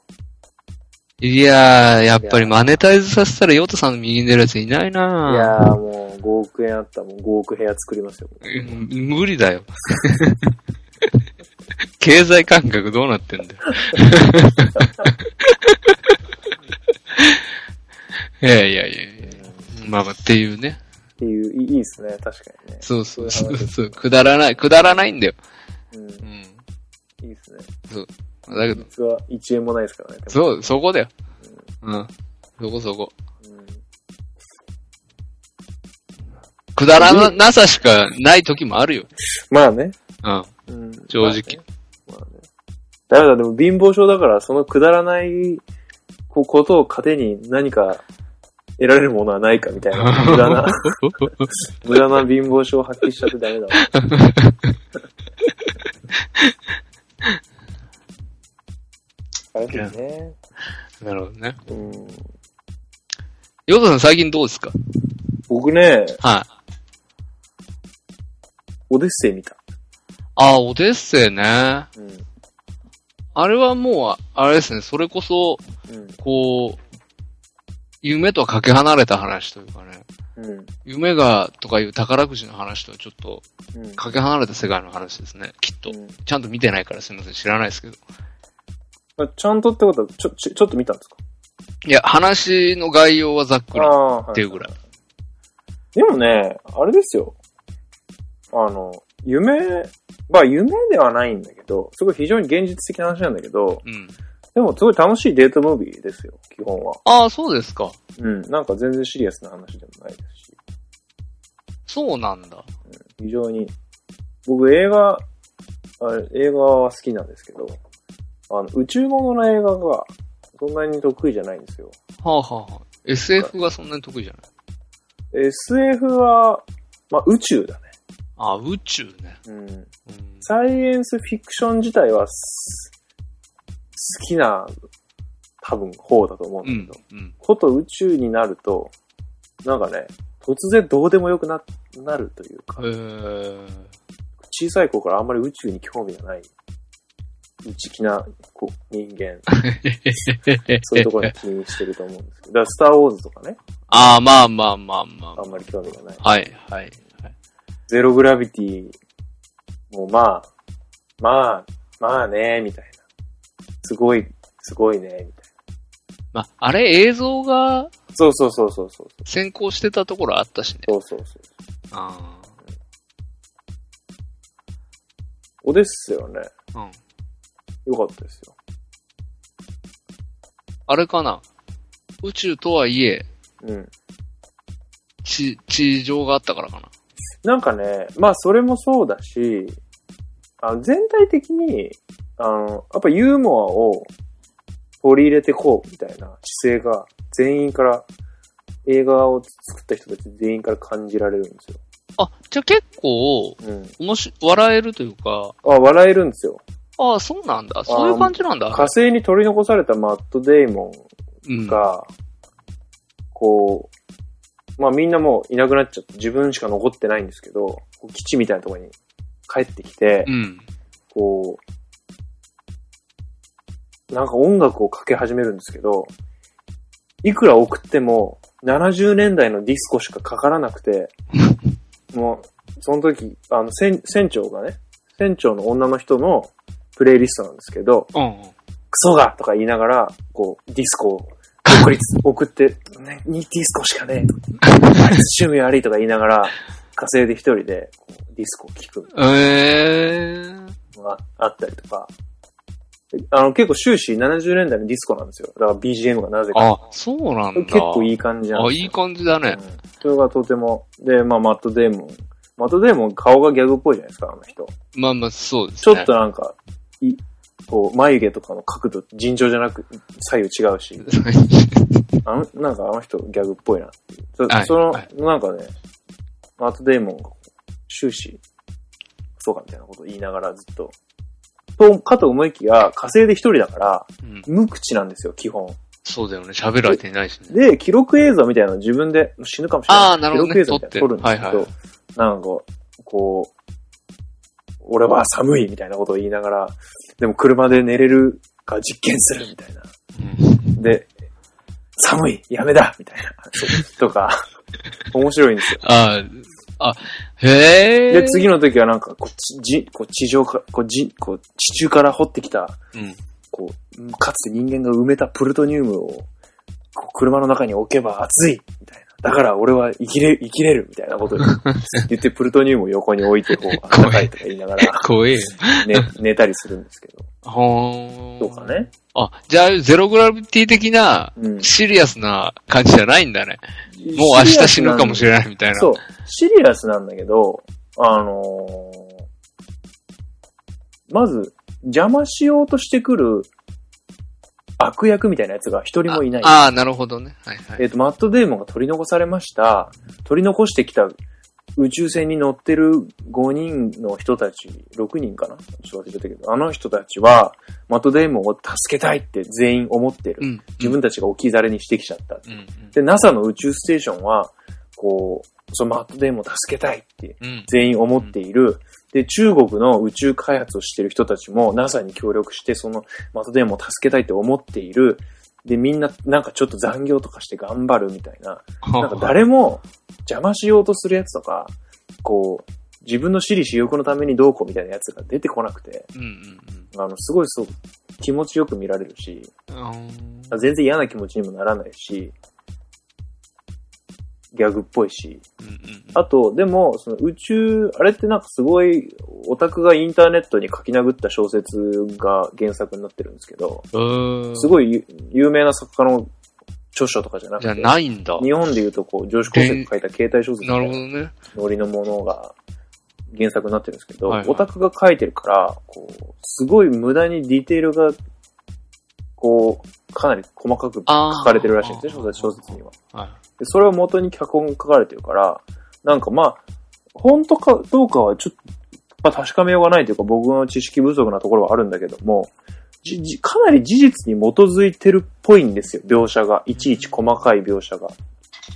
S2: いやー、やっぱりマネタイズさせたらヨータさんの右に出るやついない
S3: いや
S2: な
S3: ーもう5億円あったらもう5億部屋作りますよ。
S2: ーうん無理だよ。 経済感覚どうなってんだよ。 いやいやいやいや。まあまあっていうね。
S3: っていう、いいいですね、確かにね。
S2: そうそうそ
S3: そういう
S2: う
S3: 話
S2: そう。くだらない、くだらないんだよ。
S3: うん、
S2: うん。
S3: いいですね。
S2: だけど、
S3: 実は1円もないですからね。でも
S2: そう、そこだよ。うん。そこそこ。
S3: うん
S2: くだらななさしかない時もあるよ。
S3: まあね。
S2: うん。
S3: うん、
S2: 正
S3: ま
S2: 直。
S3: あね。まあねだめだ、でも貧乏症だから、そのくだらないこことを糧に何か得られるものはないかみたい な、無駄な、無駄な貧乏症を発揮しちゃってダメだわ。あれですね。
S2: なるほどね。
S3: うん、
S2: ヨウさん最近どうですか
S3: 僕ね、
S2: はい。
S3: オデッセイ見た。
S2: ああ、オデッセイね。あ
S3: うん。
S2: れはもう、あれですね、それこそ、
S3: うん。
S2: こう、夢とはかけ離れた話というかね、
S3: うん。
S2: 夢がとかいう宝くじの話とはちょっと
S3: うん。
S2: かけ離れた世界の話ですね、きっと。
S3: うん
S2: ちゃんと見てないからすみません、知らないですけど。
S3: まあちゃんとってことは、ちょ、ちょ、ちょっと見たんですか
S2: いや、話の概要はざっくりっ
S3: ああー、
S2: ていうぐらい。
S3: でもね、あれですよ。あの、夢、まあ夢ではないんだけど、すごい非常に現実的な話なんだけど、
S2: うん。
S3: でもすごい楽しいデートムービーですよ、基本は。
S2: ああ、そうですか。
S3: うん。なんか全然シリアスな話でもないですし。
S2: そうなんだ。
S3: 非常に、僕映画、あれ映画は好きなんですけど、あの、宇宙物の映画がそんなに得意じゃないんですよ。
S2: はあ、はあはあ、SF がそんなに得意じゃない。
S3: SF は、まあ宇宙だね。
S2: ああ、宇宙ね。
S3: うん。
S2: うん、
S3: サイエンスフィクション自体はす、好きな、多分方だと思うんだけど、
S2: うん。うん。
S3: こと宇宙になると、なんかね、突然どうでもよくな、なるというか
S2: え、ー、
S3: 小さい頃からあんまり宇宙に興味がない、内気なこう人 間、そういうところに気にしてると思うんですけど、だからスターウォーズとかね、
S2: ああ、まあまあまあま
S3: あんまり興味がない。
S2: あ。はい、はい。
S3: ゼログラビティもまあ、まあ、まあね、みたいな。すごい、すごいね、みたいな。
S2: まあ、あれ映像が
S3: そうそうそうそうそう。
S2: 先行してたところあったしね。
S3: そうそうそう。
S2: あ
S3: おですよね。
S2: あ。うん。
S3: よかったですよ。
S2: あれかな。宇宙とはいえ、
S3: うん。
S2: 地、地上があったからかな。
S3: なんかね、まあそれもそうだし、あの全体的に、あの、やっぱユーモアを取り入れてこうみたいな姿勢が全員から、映画を作った人たち全員から感じられるんですよ。
S2: あ、じゃあ結構、
S3: うん。
S2: 面白い、笑えるというか、
S3: あ、笑えるんですよ。
S2: ああ、そうなんだ。そういう感じなんだ。
S3: 火星に取り残されたマット・デイモン
S2: うん。
S3: が、こう、まあみんなもういなくなっちゃって、自分しか残ってないんですけど、こう基地みたいなところに帰ってきて、
S2: うん。
S3: こう、なんか音楽をかけ始めるんですけど、いくら送っても70年代のディスコしかかからなく て、もう、その時、あの、船船長がね、船長の女の人のプレイリストなんですけど、
S2: うん。
S3: クソがとか言いながら、こう、ディスコを送りつ、送って、ね、にディスコしかねえとか、あいつ趣味悪いとか言いながら、火星で一人でこうディスコを聴く
S2: えー。
S3: のがあったりとか、あの、結構終始70年代のディスコなんですよ。だから BGM がなぜか。
S2: あ、そうなんだ。
S3: 結構いい感じなん
S2: あ、
S3: です
S2: い
S3: よ
S2: い感じだね。
S3: うんそれがとても、で、まあ、マット・デーモン。マット・デーモン顔がギャグっぽいじゃないですか、あの人。
S2: まあまあ、そうです
S3: ちょ
S2: ね。
S3: っとなんか、いこう、眉毛とかの角度、尋常じゃなく、左右違うし。あの、なんかあの人ギャグっぽいなっていう。そ,、
S2: はい
S3: その、
S2: はい
S3: なんかね、マート・デーモンが終始、そうかみたいなことを言いながらずっと。と、かと思いきや、火星で一人だから、
S2: うん、
S3: 無口なんですよ、基本。
S2: そうだよね。喋られてないしね。
S3: で、記録映像みたいなの自分で死ぬかもしれない。
S2: あーなるほどね
S3: 記録映像みたいなの撮るんですけど、
S2: 撮って
S3: なんか、こう、俺は寒いみたいなことを言いながら、でも車で寝れるか実験するみたいな。
S2: うん
S3: で、寒い、やめだみたいな、 そうとか、面白いんですよ。
S2: ああ、あ、へえ。
S3: で、次の時はなんか、こう、ちじこう地上か、こう、じこう地中から掘ってきた、
S2: うん。
S3: こう、うんかつて人間が埋めたプルトニウムを、こう車の中に置けば熱いみたいな。だから俺は生きれ、生きれるみたいなことを 言って、プルトニウムを横に置いて、こう、暖かいとか言いながら、
S2: 怖えよ。
S3: 寝、寝たりするんですけど。
S2: ほー
S3: とか。ね。
S2: あ、じゃあ、ゼログラビティ的な、
S3: うん。
S2: シリアスな感じじゃないんだね。もう明日死ぬかもしれないみたいな。
S3: そう。シリアスなんだけど、あのーまず、邪魔しようとしてくる悪役みたいなやつが一人もいない。
S2: ああ、なるほどね。はいは
S3: えっ、
S2: い。
S3: と、マット・デーモンが取り残されました。取り残してきた宇宙船に乗ってる5人の人たち、6人かなちょっと忘れちゃったけど、あの人たちは、マット・デーモンを助けたいって全員思ってる。
S2: うん。
S3: 自分たちが置き去りにしてきちゃった。
S2: うん。
S3: で、NASA の宇宙ステーションは、こう、そのマット・デーモンを助けたいって
S2: うん。うん。
S3: 全員思っている。で、中国の宇宙開発をしている人たちも NASA に協力して、そのマット・デーモンを助けたいって思っている。で、みんな、なんかちょっと残業とかして頑張るみたいな。なんか誰も邪魔しようとするやつとか、こう、自分の私利私欲のためにどうこうみたいなやつが出てこなくて、
S2: うんうん
S3: あの、すごいそう、気持ちよく見られるし、
S2: うん。あー
S3: 全然嫌な気持ちにもならないし、ギャグっぽいし。
S2: うんうん
S3: あと、でも、その宇宙、あれってなんかすごい、オタクがインターネットに書き殴った小説が原作になってるんですけど、
S2: うん。うーん
S3: すごいゆ有名な作家の著書とかじゃなく
S2: じゃあ
S3: て、
S2: ないんだ。
S3: 日本で言うとこう、上司高生が書いた携帯小説
S2: なるほ
S3: の
S2: どね。
S3: ノリのものが原作になってるんですけど、
S2: はいはい
S3: オタクが書いてるから、こう、すごい無駄にディテールが、こう、かなり細かく書
S2: あー
S3: かれてるらしいんですね、小説小説には。
S2: はい。
S3: で、それを元に脚本が書かれてるから、なんかまあ、本当かどうかはちょっと、まあ確かめようがないというか僕の知識不足なところはあるんだけども、じじかなり事実に基づいてるっぽいんですよ、描写が。いちいち細かい描写が。だか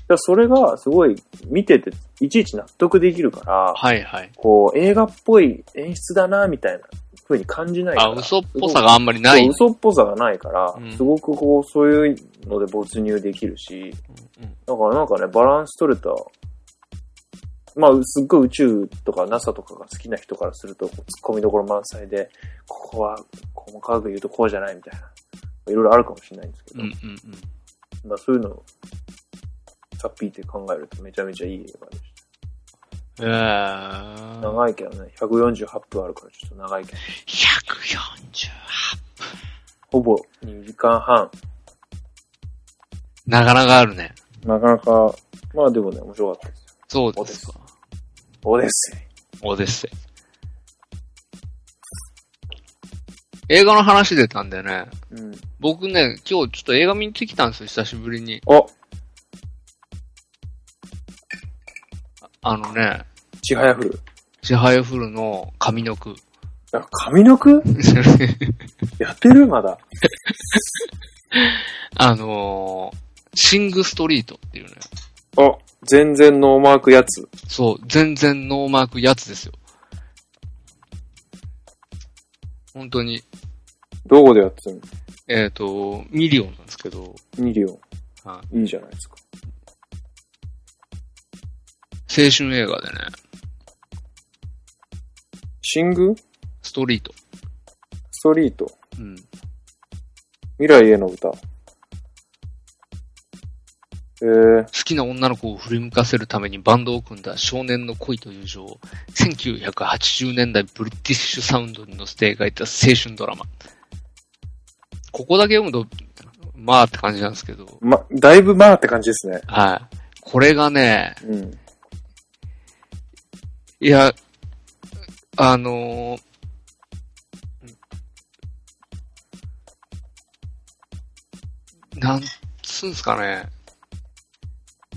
S3: らそれがすごい見てて、いちいち納得できるから、
S2: はいはい。
S3: こう映画っぽい演出だな、みたいな風に感じないから。
S2: あ、嘘っぽさがあんまりない。
S3: そう
S2: う
S3: 嘘っぽさがないから、
S2: うん
S3: すごくこう、そういうので没入できるし、
S2: んうん
S3: だからなんかね、バランス取れた、まあ、すっごい宇宙とか NASA とかが好きな人からすると、こう突っ込みどころ満載で、ここは、細かく言うとこうじゃないみたいな、いろいろあるかもしれないんですけ
S2: うん
S3: ど、
S2: うんうん。
S3: まあそういうのを、さっぴいて考えるとめちゃめちゃいい映画でし
S2: えー
S3: た。。長いけどね、148分あるからちょっと長いけど、
S2: 140。
S3: ほぼ2時間半。
S2: なかなかあるね。
S3: なかなか、まあでもね、面白かったですよ。
S2: そうですか。
S3: そうです。
S2: オデッセイ。映画の話出たんだよね。
S3: うん。
S2: 僕ね、今日ちょっと映画見に行ってきたんですよ、久しぶりに。
S3: あ、
S2: あのね、
S3: ちはやふる。
S2: ちはやふるの上の句。
S3: あ髪の句やってるまだ。
S2: あのー、シングストリートっていうね。
S3: あ、全然ノーマークやつ。
S2: そう、全然ノーマークやつですよ。本当に、
S3: どこでやってんの
S2: えっ、と、ミリオンなんですけど、
S3: ミリオン。
S2: はい
S3: いじゃないですか。
S2: 青春映画でね、
S3: シング
S2: ストリート。
S3: ストリート。
S2: うん。
S3: 未来への歌。えー、
S2: 好きな女の子を振り向かせるためにバンドを組んだ少年の恋と友情を1980年代ブリティッシュサウンドに乗せて描いた青春ドラマ。ここだけ読むと、まあって感じなんですけど、
S3: ま、だいぶまあって感じですね。
S2: はい。これがね、
S3: うん。
S2: いや、あのーなんつうんですかね、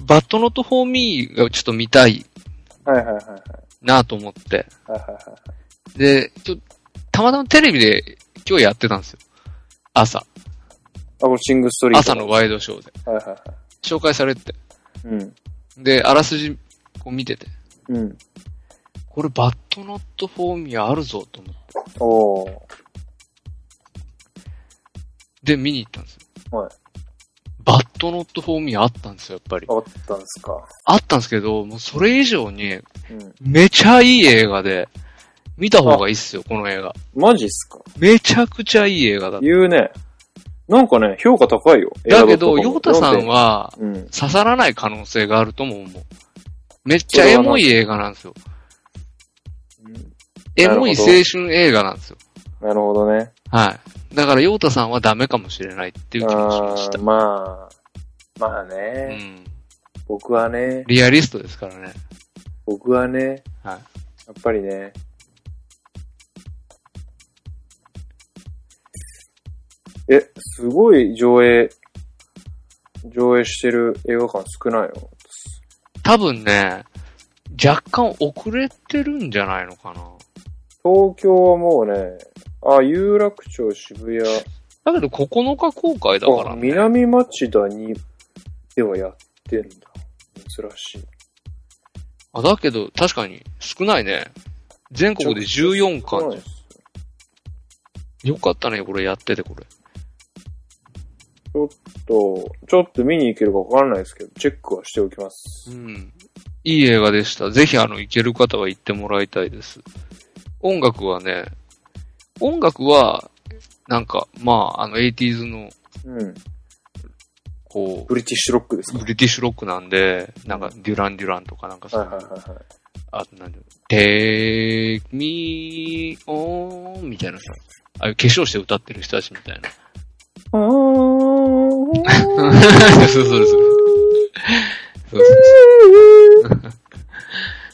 S2: バッドノットフォーミーがちょっと見たい
S3: はいはいはいはい。
S2: なと思って、
S3: はいはいはい
S2: で、ちょ、たまたまテレビで今日やってたんですよ。朝。
S3: あ、これシングストリート。
S2: 朝のワイドショーで。
S3: はいはいは
S2: 紹介されてて。
S3: い。うん。
S2: で、あらすじこう見てて。
S3: うん。
S2: これバッドノットフォーミーあるぞと思って。
S3: おー。
S2: で、見に行ったんですよ。
S3: はい。
S2: バッドノットフォーミーあったんですよ、やっぱり。
S3: あったんすか。
S2: あったんですけど、もうそれ以上に、
S3: うん。
S2: めちゃいい映画で、見た方がいいっすよ、この映画。
S3: マジっすか
S2: めちゃくちゃいい映画だった。
S3: 言うね。なんかね、評価高いよ。
S2: だけど、
S3: 映画
S2: ヨ
S3: ドットコム
S2: タさん。は、
S3: うん。
S2: 刺さらない可能性があるとも思う。めっちゃエモい映画なんですよ。エ
S3: なるほ
S2: モ
S3: ど
S2: い青春映画なんですよ。
S3: なるほどね。
S2: はい。だから、ヨータさんはダメかもしれないっていう気もしまし
S3: あ
S2: た
S3: ー。まあ、まあ
S2: う
S3: ね、
S2: ん。
S3: 僕はね、
S2: リアリストですからね。
S3: 僕はね、
S2: はい。
S3: やっぱりね、え、すごい上映、上映してる映画館少ないよ。
S2: 多分ね、若干遅れてるんじゃないのかな。
S3: 東京はもうね、あ、有楽町、渋谷、
S2: だけど、9日公開だか
S3: あ
S2: らね。
S3: 南町田にではやってんだ。珍しい。
S2: あ、だけど、確かに少ないね。全国で14
S3: 少ない
S2: 巻
S3: で。す
S2: よかったね、これやってて、これ。
S3: と、ちょっと見に行けるかわからないですけど、チェックはしておきます
S2: う。ん。いい映画でした。ぜひ、あの、行ける方は行ってもらいたいです。音楽はね、音楽は、なんか、まあ、あの、80s の、
S3: うん。
S2: ここう、
S3: ブリティッシュロックですか
S2: ブリティッシュロックなんで、なんか、デュラン・デュランとかなんかそう
S3: はい
S2: いう
S3: はいはいはい。
S2: あとなんだろう、Take me on みたいなさ、ああいう化粧して歌ってる人たちみたいな。そうそうそう。そうそうそう。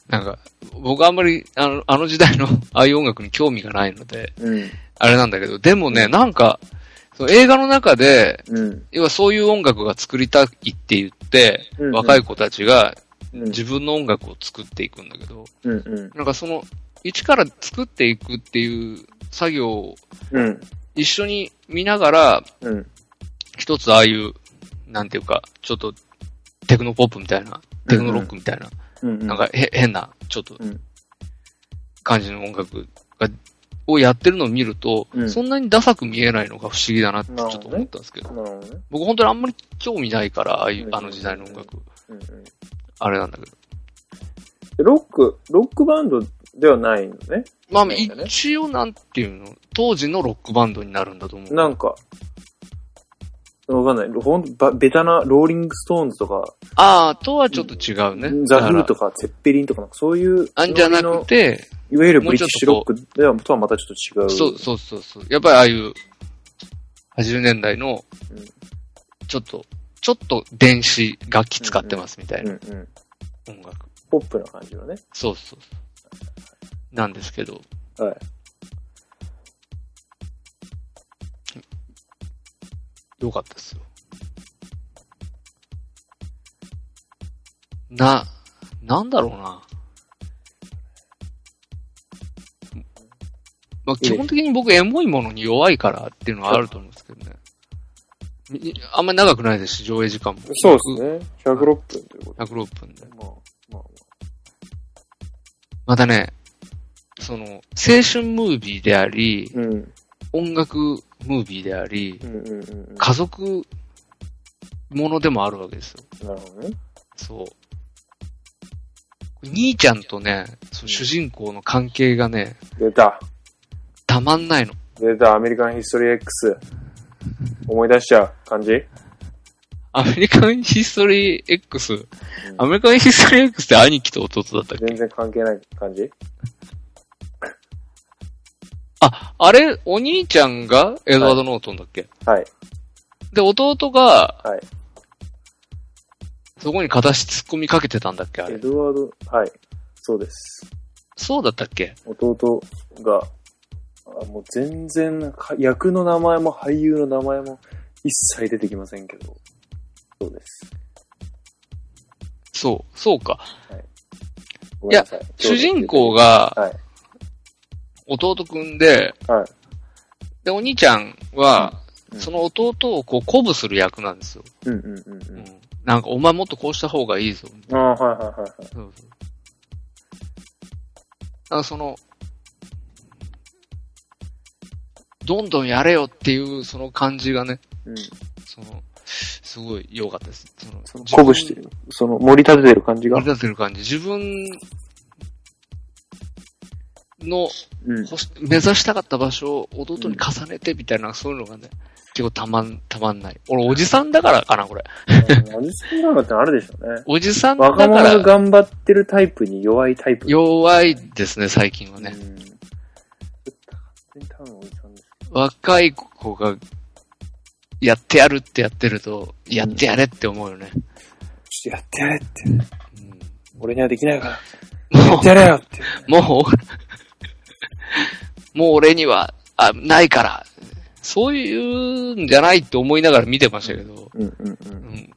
S2: なんか、僕あんまり、あの、あの時代の、ああいう音楽に興味がないので、
S3: うん。
S2: あれなんだけど、でもね、なんか、その映画の中で、
S3: うん。
S2: 要はそういう音楽が作りたいって言って、
S3: うんうん
S2: 若い子たちが
S3: うん。
S2: 自分の音楽を作っていくんだけど、
S3: うん。うん。
S2: なんかその、一から作っていくっていう作業を
S3: うん。
S2: 一緒に見ながら、
S3: うん。
S2: 一つああいう、なんていうか、ちょっとテクノポップみたいな、テクノロックみたいな、
S3: うん。
S2: なんかへ変な、ちょっと
S3: うん、
S2: 感じの音楽が、をやってるのを見ると、
S3: うん
S2: そんなにダサく見えないのが不思議だなってちょっと思ったんですけど、
S3: なるほどね。
S2: 僕本当にあんまり興味ないから、ああいう
S3: う、ん
S2: あの時代の音楽、
S3: うんうん。
S2: あれなんだけど。
S3: ロック、ロックバンドではないのね。
S2: まあ、
S3: なんかね
S2: 一応なんていうの、当時のロックバンドになるんだと思う。
S3: なんか、わかんない。ほんとば、ベタな、ローリングストーンズとか、
S2: ああ、とはちょっと違うね。
S3: ザ・フーと
S2: か。
S3: か、ツェッペリンとか、なんかそういう、
S2: あんじゃなくて、
S3: いわゆるブリティッシュロックではとはまたちょっと違う。
S2: そうそうそうそう。やっぱりああいう、80年代の
S3: うん、
S2: ちょっと、ちょっと電子楽器使ってますみたい
S3: うん
S2: な
S3: うん。
S2: 音楽。
S3: ポップな感じのね。
S2: そうそうそう。なんですけど。
S3: はい。
S2: よかったですよ。な、なんだろうな。まあ、基本的に僕、エモいものに弱いからっていうのはあると思うんですけどね。みあんまり長くないですし、上映時間も。
S3: そうですね。106分ということ
S2: 106分で
S3: で。。まあ、まあ、
S2: またね、その、青春ムービーであり、
S3: うん。うん
S2: 音楽ムービーであり
S3: う、んうんうん。
S2: 家族ものでもあるわけですよ。
S3: なるほどね。
S2: そう。兄ちゃんとね、そう主人公の関係がね、
S3: 出た。
S2: たまんないの。
S3: 出た。アメリカンヒストリー X。思い出しちゃう感じ
S2: アメリカンヒストリー X。アメリカンヒストリー X って兄貴と弟だったっけ
S3: 全然関係ない感じ
S2: あ、あれ、お兄ちゃんがエドワード・ノートンだっけ、
S3: はい。
S2: で、弟が、
S3: はい
S2: そこに片足突っ込みかけてたんだっけあ
S3: エ
S2: れ。
S3: ドワード、はい。そうです。
S2: そうだったっけ
S3: 弟が、あもう全然、か役の名前も俳優の名前も一切出てきませんけど。そうです。
S2: そう、そうか。
S3: ごめんなさい
S2: 主人公、が
S3: はい、
S2: 弟くんで、
S3: はい
S2: で、お兄ちゃんは、
S3: うん
S2: その弟をこう鼓舞する役なんですよ。
S3: うんうんうんう
S2: うんん。なんか、お前もっとこうした方がいいぞ。
S3: ああ、はいはいはいはい。
S2: そうそう。なんかその、どんどんやれよっていうその感じがね、
S3: うん。
S2: その、すごい良かったです。その、
S3: その鼓舞してる。その、盛り立ててる感じ
S2: 自分。
S3: が
S2: 盛。り立てる感じ。自分の
S3: うん。
S2: 欲し目指したかった場所を弟に重ねてみたいな、そういうのがね、結構たまん、たまんない。俺、おじさんだからかな、これ。
S3: おじさんなのってあるでしょうね。
S2: おじさんだ
S3: 若
S2: か
S3: 者が
S2: ら、
S3: 頑張ってるタイプに弱いタイプ。
S2: 弱いですね、最近はね。
S3: うん。ちょっと完全に多分おじさんです
S2: 若い子が、やってやるってやってると、やってやれって思うよね。
S3: ちょっとやってやれって。
S2: うん
S3: 俺にはできないから。
S2: も
S3: やれよって。
S2: う、 もう、もう俺には、あ、ないから、そういうんじゃないって思いながら見てましたけど、
S3: うんうんう。
S2: うんん。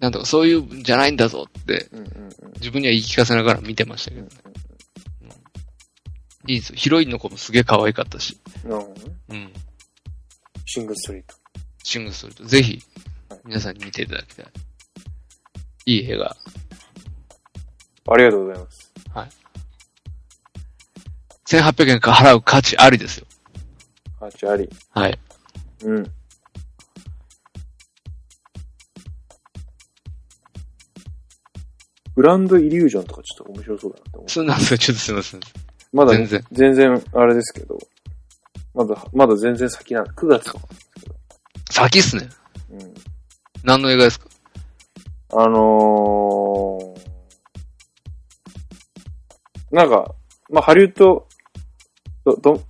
S2: なんとかそういうんじゃないんだぞって、
S3: うんうん
S2: 自分には言い聞かせながら見てましたけどね。うんいいですよ。ヒロインの子もすげえ可愛かったし。
S3: うん。なるほどね。
S2: うん。
S3: シングルストリート。
S2: シングルストリート。ぜひ、皆さんに見ていただきたい。いい映画。
S3: ありがとうございます。
S2: 1800円か払う価値ありですよ。
S3: あ、じゃああり。
S2: はい。
S3: うん。グランドイリュージョンとかちょっと面白そうだなって思
S2: そうなんですよ。ちょっとすいません。
S3: う。まだ、
S2: 全然。
S3: 全然あれですけど、まだ、まだ全然先なん9月とか。
S2: 先っすね。
S3: うん。
S2: 何の映画ですか
S3: あのー、なんか、まあ、ハリウッド、ど、ど、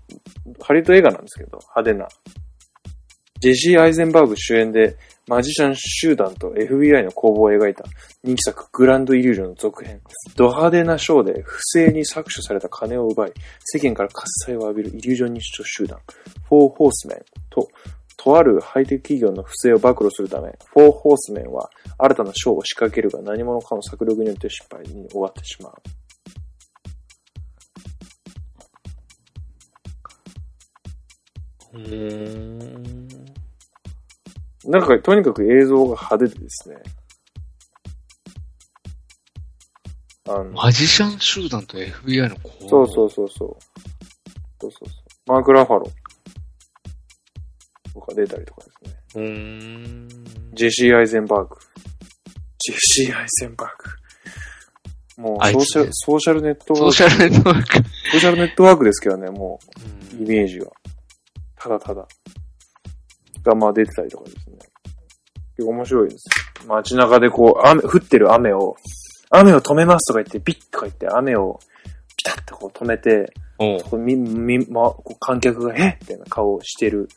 S3: ハリウッド映画なんですけど、派手な。ジェジー・アイゼンバーグ主演で、マジシャン集団と FBI の攻防を描いた人気作グランドイリュージョンの続編。ド派手なショーで不正に搾取された金を奪い、世間から喝采を浴びるイリュージョニスト集団、フォー・ホースメンと、とあるハイテク企業の不正を暴露するため、フォー・ホースメンは新たなショーを仕掛けるが何者かの策略によって失敗に終わってしまう。
S2: うーん。
S3: なんか、とにかく映像が派手でですね。あの、
S2: マジシャン集団と FBI の攻。
S3: そうそううそうそう。そうそうそう。マーク・ラファローとか出たりとかですね。
S2: うーん。
S3: ジェシー・アイゼンバーグ。ジェシー・アイゼンバーグ。もう
S2: あい
S3: ソー
S2: つ
S3: シャル、
S2: ね
S3: ソーシャルネットワー
S2: ソ
S3: ク、ソ
S2: ーシャルネットワーク。
S3: ーシャルネットワークですけどね、も
S2: う
S3: う、
S2: ん
S3: イメージが。ただただ。が、まあ出てたりとかですね。結構面白いです。街中でこう、雨、降ってる雨を、雨を止めますとか言って、ビッとか言って、雨を、ピタッとこう止めて、
S2: おう
S3: こうみ、み、ま、こう観客が、えみたいな顔をしてる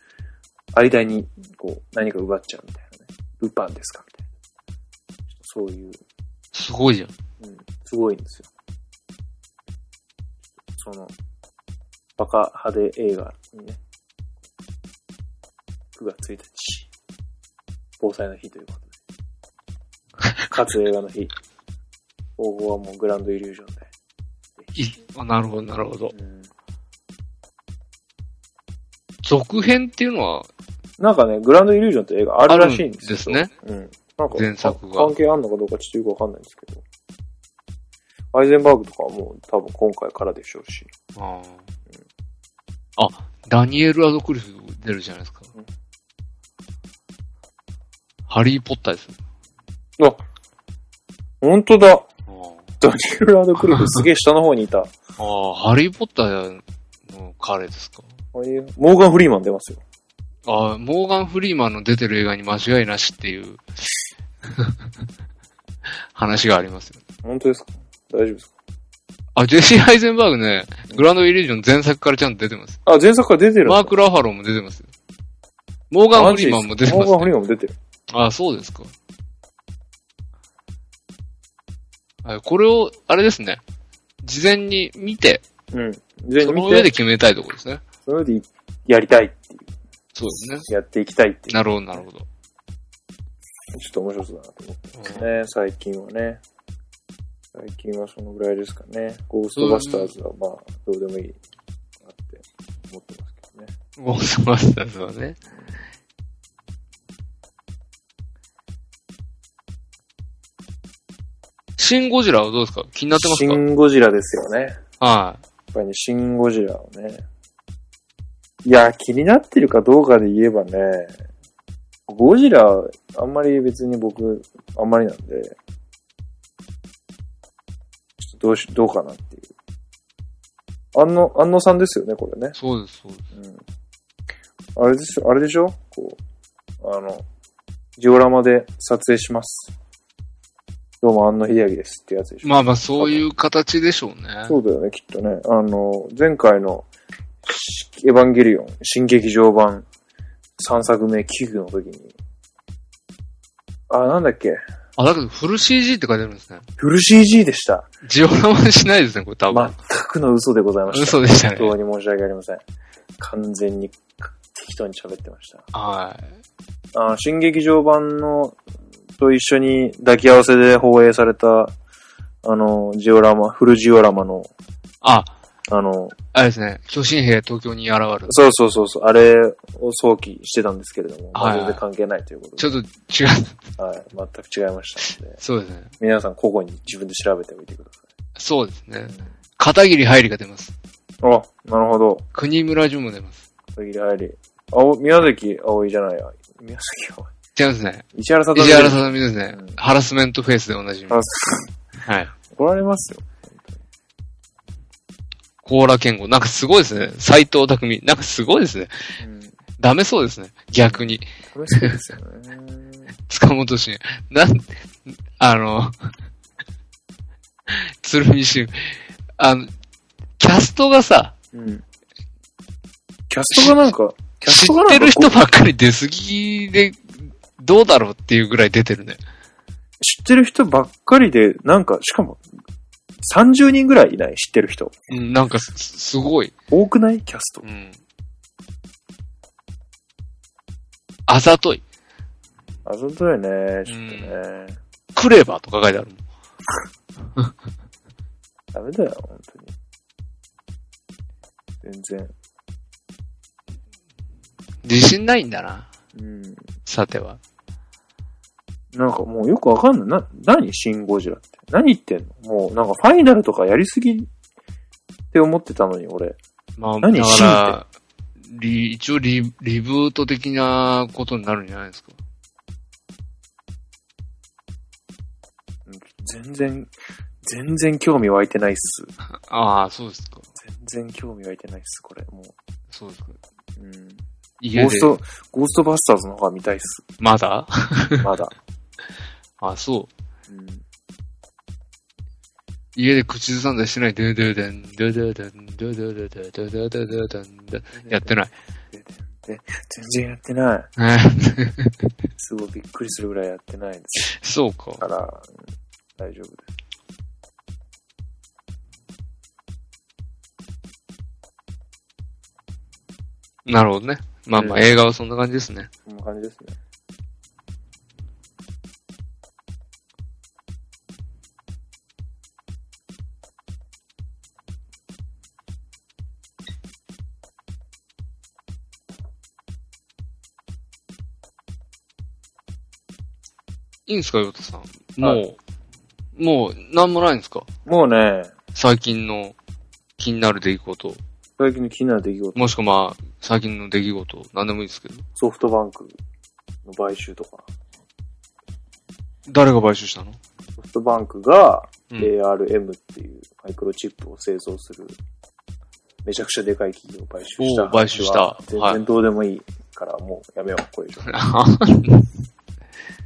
S3: 間に、こう、何か奪っちゃうみたいなね。ルパンですかみたいな。そういう、
S2: すごいじゃん。
S3: うん、すごいんですよ。その、バカ派手映画にね、9月1日、防災の日ということで、かつ映画の日、応募はもうグランドイリュージョンで、
S2: いあなるほど、なるほど。
S3: うん
S2: 続編っていうのは
S3: なんかね、グランドイリュージョンって映画あ
S2: あ
S3: る
S2: る
S3: ら
S2: ん
S3: しいんですよ。
S2: ですね。
S3: うん。なんか、
S2: 前作が
S3: 関係あんのかどうかちょっとよくわかんないんですけど。アイゼンバーグとかはもう多分今回からでしょうし。
S2: あああ、ダニエル・アドクリフ出るじゃないですか
S3: うん。
S2: ハリー・ポッターですよ。
S3: 本当だ
S2: あ
S3: ダニエル・アドクリフすげえ下の方にいた。
S2: あああ、ハリー・ポッターの彼ですか。
S3: こういうモーガン・フリーマン出ますよ。
S2: ああ、モーガン・フリーマンの出てる映画に間違いなしっていう 話がありますよ。
S3: 本当ですか大丈夫ですか
S2: あ、ジェシー・ハイゼンバーグね、グランド・イリュージョン前作からちゃんと出てます。
S3: あ、前作から出てるんだ
S2: マーク・ラファローも出てますよ。モーガン・フリーマンも
S3: マジ
S2: 出てま
S3: ですかモーガン・フリ
S2: ね。
S3: ーマンも出てる。
S2: ああ、そうですか。あこれを、あれですね。事前に見て、
S3: うん。全
S2: そ
S3: 然
S2: の
S3: 見
S2: 上で
S3: て、
S2: 決めたいところですね。
S3: その上でやりたいってい
S2: そうですね。
S3: う、やっていきたいっていう、
S2: なるほど、なるほど。
S3: ちょっと面白そうだなと思ってますね、最近はね。最近はそのぐらいですかね。ゴーストバスターズはまあ、どうでもいいなって思ってますけどね。
S2: ゴーストバスターズはね。シン・ゴジラはどうですか気になってます
S3: シ
S2: か
S3: ン・ゴジラですよね。やっ
S2: はい。
S3: ぱりね、シン・ゴジラをね。いや、気になってるかどうかで言えばね、ゴジラ、あんまり別に僕、あんまりなんで、ちょっとどうし、どうかなっていう。安野、安野さんですよね、これね。
S2: そうです、そうです。
S3: うん。あれでしょ、あれでしょこう、あの、ジオラマで撮影します。どうも、安野秀明ですってやつでしょ。
S2: まあまあ、そういう形でしょうね。
S3: そうだよね、きっとね。あの、前回の、エヴァンゲリオン、新劇場版、3作目、キグの時に、あ、なんだっけ、
S2: あ、だけど、フル CG って書いてあるんですね。
S3: フル CG でした。
S2: ジオラマしないですね、これ多分。
S3: 全くの嘘でございました。
S2: 嘘でしたね。
S3: 本当に申し訳ありません。完全に適当に喋ってました。
S2: はい。
S3: あ新劇場版の、と一緒に抱き合わせで放映された、あの、ジオラマ、フルジオラマの、
S2: あ、
S3: あの、
S2: あれですね。巨神兵東京に現る。
S3: そうそうそうそう、あれを想起してたんですけれども、
S2: はい
S3: 全然関係ないということで。
S2: ちょっと違う。
S3: はい、全く違いましたので、
S2: そうですね。
S3: 皆さん個々に自分で調べてみてくだ
S2: そうですね。片桐入りが出ます。
S3: さい。あ、なるほど。
S2: 国村淳も出ます。
S3: 小切入り。あお、宮崎葵じゃないや。宮崎葵。
S2: 違いますね。
S3: 石原さとみ
S2: 石原さとみですね
S3: うん。
S2: ハラスメントフェイスでおなじみ。
S3: あ
S2: は、い。
S3: 怒られますよ。
S2: 甲羅健吾。なんかすごいですね。斎藤匠。なんかすごいですね。
S3: うん。
S2: ダメそうですね。逆に。
S3: 楽しいですよね。
S2: 塚本慎也。なん、あの、鶴見俊。あの、キャストがさ、
S5: うん。
S3: キャストがなんか、キャス
S2: 知
S3: トが
S2: っ
S3: な
S2: て
S3: んか
S2: る
S3: こう
S2: 人ばっかり出過ぎで、どうだろうっていうぐらい出てるね。
S3: 知ってる人ばっかりで、なんか、しかも、30人ぐらいいない知ってる人。
S2: うん、なんかす、すごい。
S3: 多くないキャスト
S2: う。ん。あざとい。
S3: あ、そうだよね。ちょっとね。
S2: クレバーとか書いてあるもん。
S3: ダメだよ、本当に。全然。
S2: 自信ないんだな。
S3: うん。
S2: さては。
S3: なんかもうよくわかんない。な、何シン・ゴジラって。何言ってんのもうなんかファイナルとかやりすぎって思ってたのに、俺。
S2: まあ、だ
S3: 何
S2: から、リ一応リリブート的なことになるんじゃないですか。
S3: 全然、全然興味湧いてないっす。
S2: ああ、そうですか。
S3: 全然興味湧いてないっす、これ。も
S2: そうですか。
S3: う。うん。
S2: 家
S3: ゴー
S2: で
S3: ス、ト、ゴーストバスターズの方が見たいっす。
S2: まだ
S3: まだ。
S2: あそう。
S3: うん。
S2: 家で口ずさんだりしてない。ドゥドゥドゥン、ドゥドゥドゥン、ドゥドゥドゥドゥン、ドゥドゥドゥドゥン、ドゥやってない。
S3: 全然やってない。
S2: ね
S3: すごいびっくりするぐらいやってないです
S2: そうか。
S3: から、うん大丈夫です。
S2: なるほどね。まあまあ、
S3: うん
S2: 映画はそんな感じですね。
S3: こんな感じですね。
S2: いいんですか、ヨトさん。
S3: は
S2: もう、もう、なんもないんですか
S3: もうね、
S2: 最近の気になる出来事。
S3: 最近の気になる出来事、
S2: もしくはまあ、最近の出来事。なんでもいいですけど。
S3: ソフトバンクの買収とか、
S2: 誰が買収したの
S3: ソフトバンクが
S2: うん
S3: ARM っていうマイクロチップを製造する、めちゃくちゃでかい企業を買収した。
S2: おー買収した
S3: 全
S2: はい
S3: 然どうでもいいから、もうやめよう、これ 以上。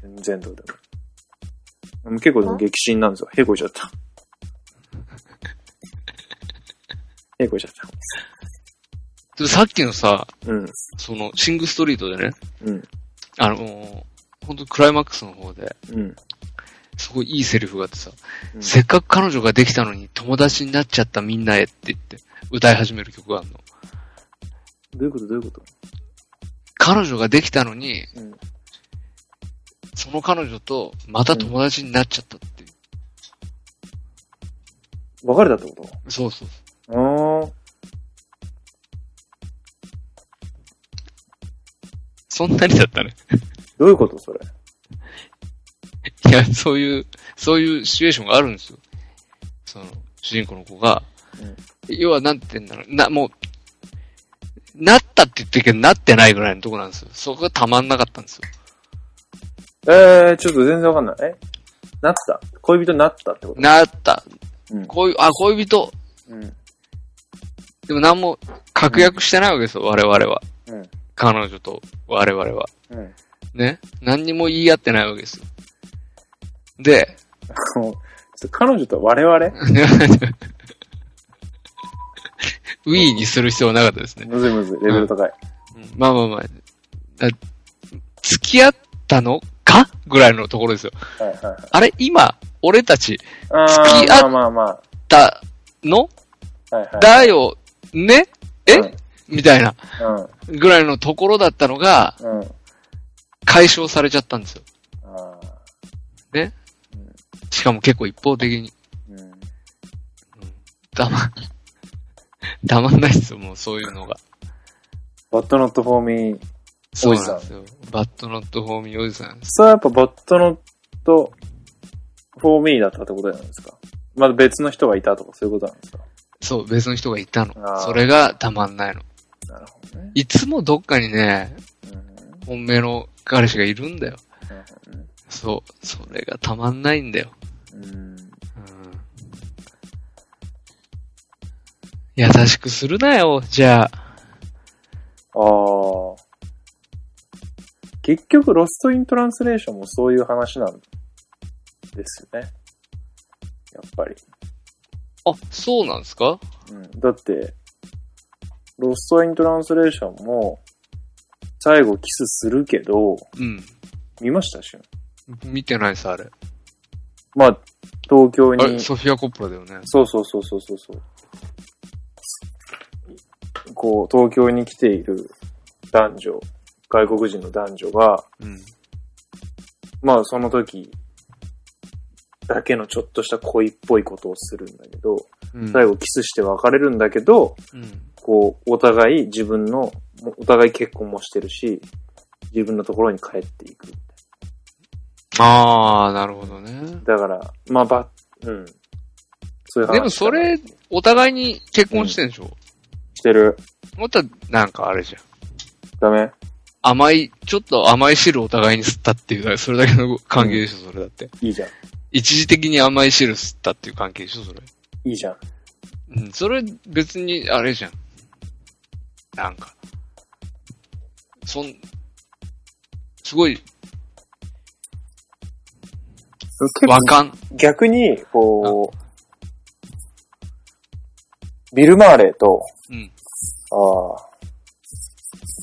S3: 全然どうでもいい。でも結構でも激震なんですよ。へこいちゃ った。へこいちゃっ
S2: でもさっきのさ、
S3: た。うん。
S2: その、シングストリートでね、
S3: うん。
S2: あのー、本当クライマックスの方で、
S3: うん。
S2: すごいいいセリフがあってさ、
S3: うん
S2: せっかく彼女ができたのに友達になっちゃったみんなへって言って、歌い始める曲があるの。
S3: どういうことどういうこと
S2: 彼女ができたのに、
S3: うん
S2: その彼女とまた友達になっちゃったっていう。
S3: 別れたってこ
S2: そうそう。
S3: とああ。
S2: そんなにだったね。
S3: どういうことそれ。
S2: いや、そういう、そういうシチュエーションがあるんですよ。その、主人公の子が、
S3: うん
S2: 要はなんて言うんだろう、な、もう、なったって言ってるけど、なってないぐらいのとこなんですよ。そこがたまんなかったんですよ。
S3: えー、ちょっと全然わかんない。えなった恋人になったってこと
S2: なった。
S3: うん
S2: こういう、あ、恋人。
S3: うん。
S2: でも何も確約してないわけですよ、我々は。
S3: うん。
S2: 彼女と我々は。
S3: うん。
S2: ね。何にも言い合ってないわけですよ。で、
S3: こうちょっと彼女と我々
S2: ウィーにする必要はなかったですね。
S3: むずいむずい。レベル高い。
S2: うんまあまあまあ。だ付き合ったのかぐらいのところですよ。
S3: はいはいはい。
S2: あれ今、俺たち
S3: あ
S2: 付き合っ
S3: ーまあまあま
S2: だの
S3: あ。はいはい。
S2: だよねえ
S3: うん
S2: みたいな
S3: う
S2: ぐらいのところだったのが
S3: ん。うん。
S2: 解消されちゃったんですよ。
S3: ああ。
S2: しかも結構一方的に。
S3: うん。
S2: たま、たまんないっすよ、もうそういうのが。
S3: バッドノットフォーミー。
S2: そうなんですよ。バッドノットフォーミーおじさんです。
S3: それはやっぱバッドノットフォーミーだったってことなんですかまだ別の人がいたとかそういうことなんですか
S2: そう、別の人がいたの
S3: あ。ー
S2: それがたまんないの。
S3: なるほどね。
S2: いつもどっかにね、
S3: うん。
S2: 本命の彼氏がいるんだよ。
S3: なるほどね。
S2: そう、それがたまんないんだよ。
S3: うん。
S2: うん。優しくするなよ、じゃあ。
S3: ああ。結局、ロストイントランスレーションもそういう話なんですよね。やっぱり。
S2: あ、そうなんですか
S3: うん、だって、ロストイントランスレーションも、最後キスするけど、
S2: うん。
S3: 見ましたし
S2: 見てないです、あれ。
S3: まあ、東京
S2: あ
S3: に
S2: れ、、ソフィア・コップラだよね。
S3: そうそうそうそうそうそう。こう、東京に来ている男女、外国人の男女が、
S2: うん。
S3: まあその時だけのちょっとした恋っぽいことをするんだけど、
S2: うん。
S3: 最後キスして別れるんだけど、
S2: うん。
S3: こう、お互い自分の、もお互い結婚もしてるし、自分のところに帰っていく。
S2: あー、なるほどね。
S3: だから、まあ、ば、うん。そういう話。
S2: でもそれ、お互いに結婚してんでしょ、
S3: してる。
S2: また、なんかあれじゃん。
S3: ダメ
S2: 甘い、ちょっと甘い汁をお互いに吸ったっていう、それだけの関係でしょ、それだって。
S3: いいじゃん。
S2: 一時的に甘い汁吸ったっていう関係でしょ、それ。
S3: いいじゃん。
S2: うん、それ別に、あれじゃん。なんか。そん、すごい、わかん、
S3: 逆に、こう、ビル・マーレと、
S2: うん。
S3: ああ、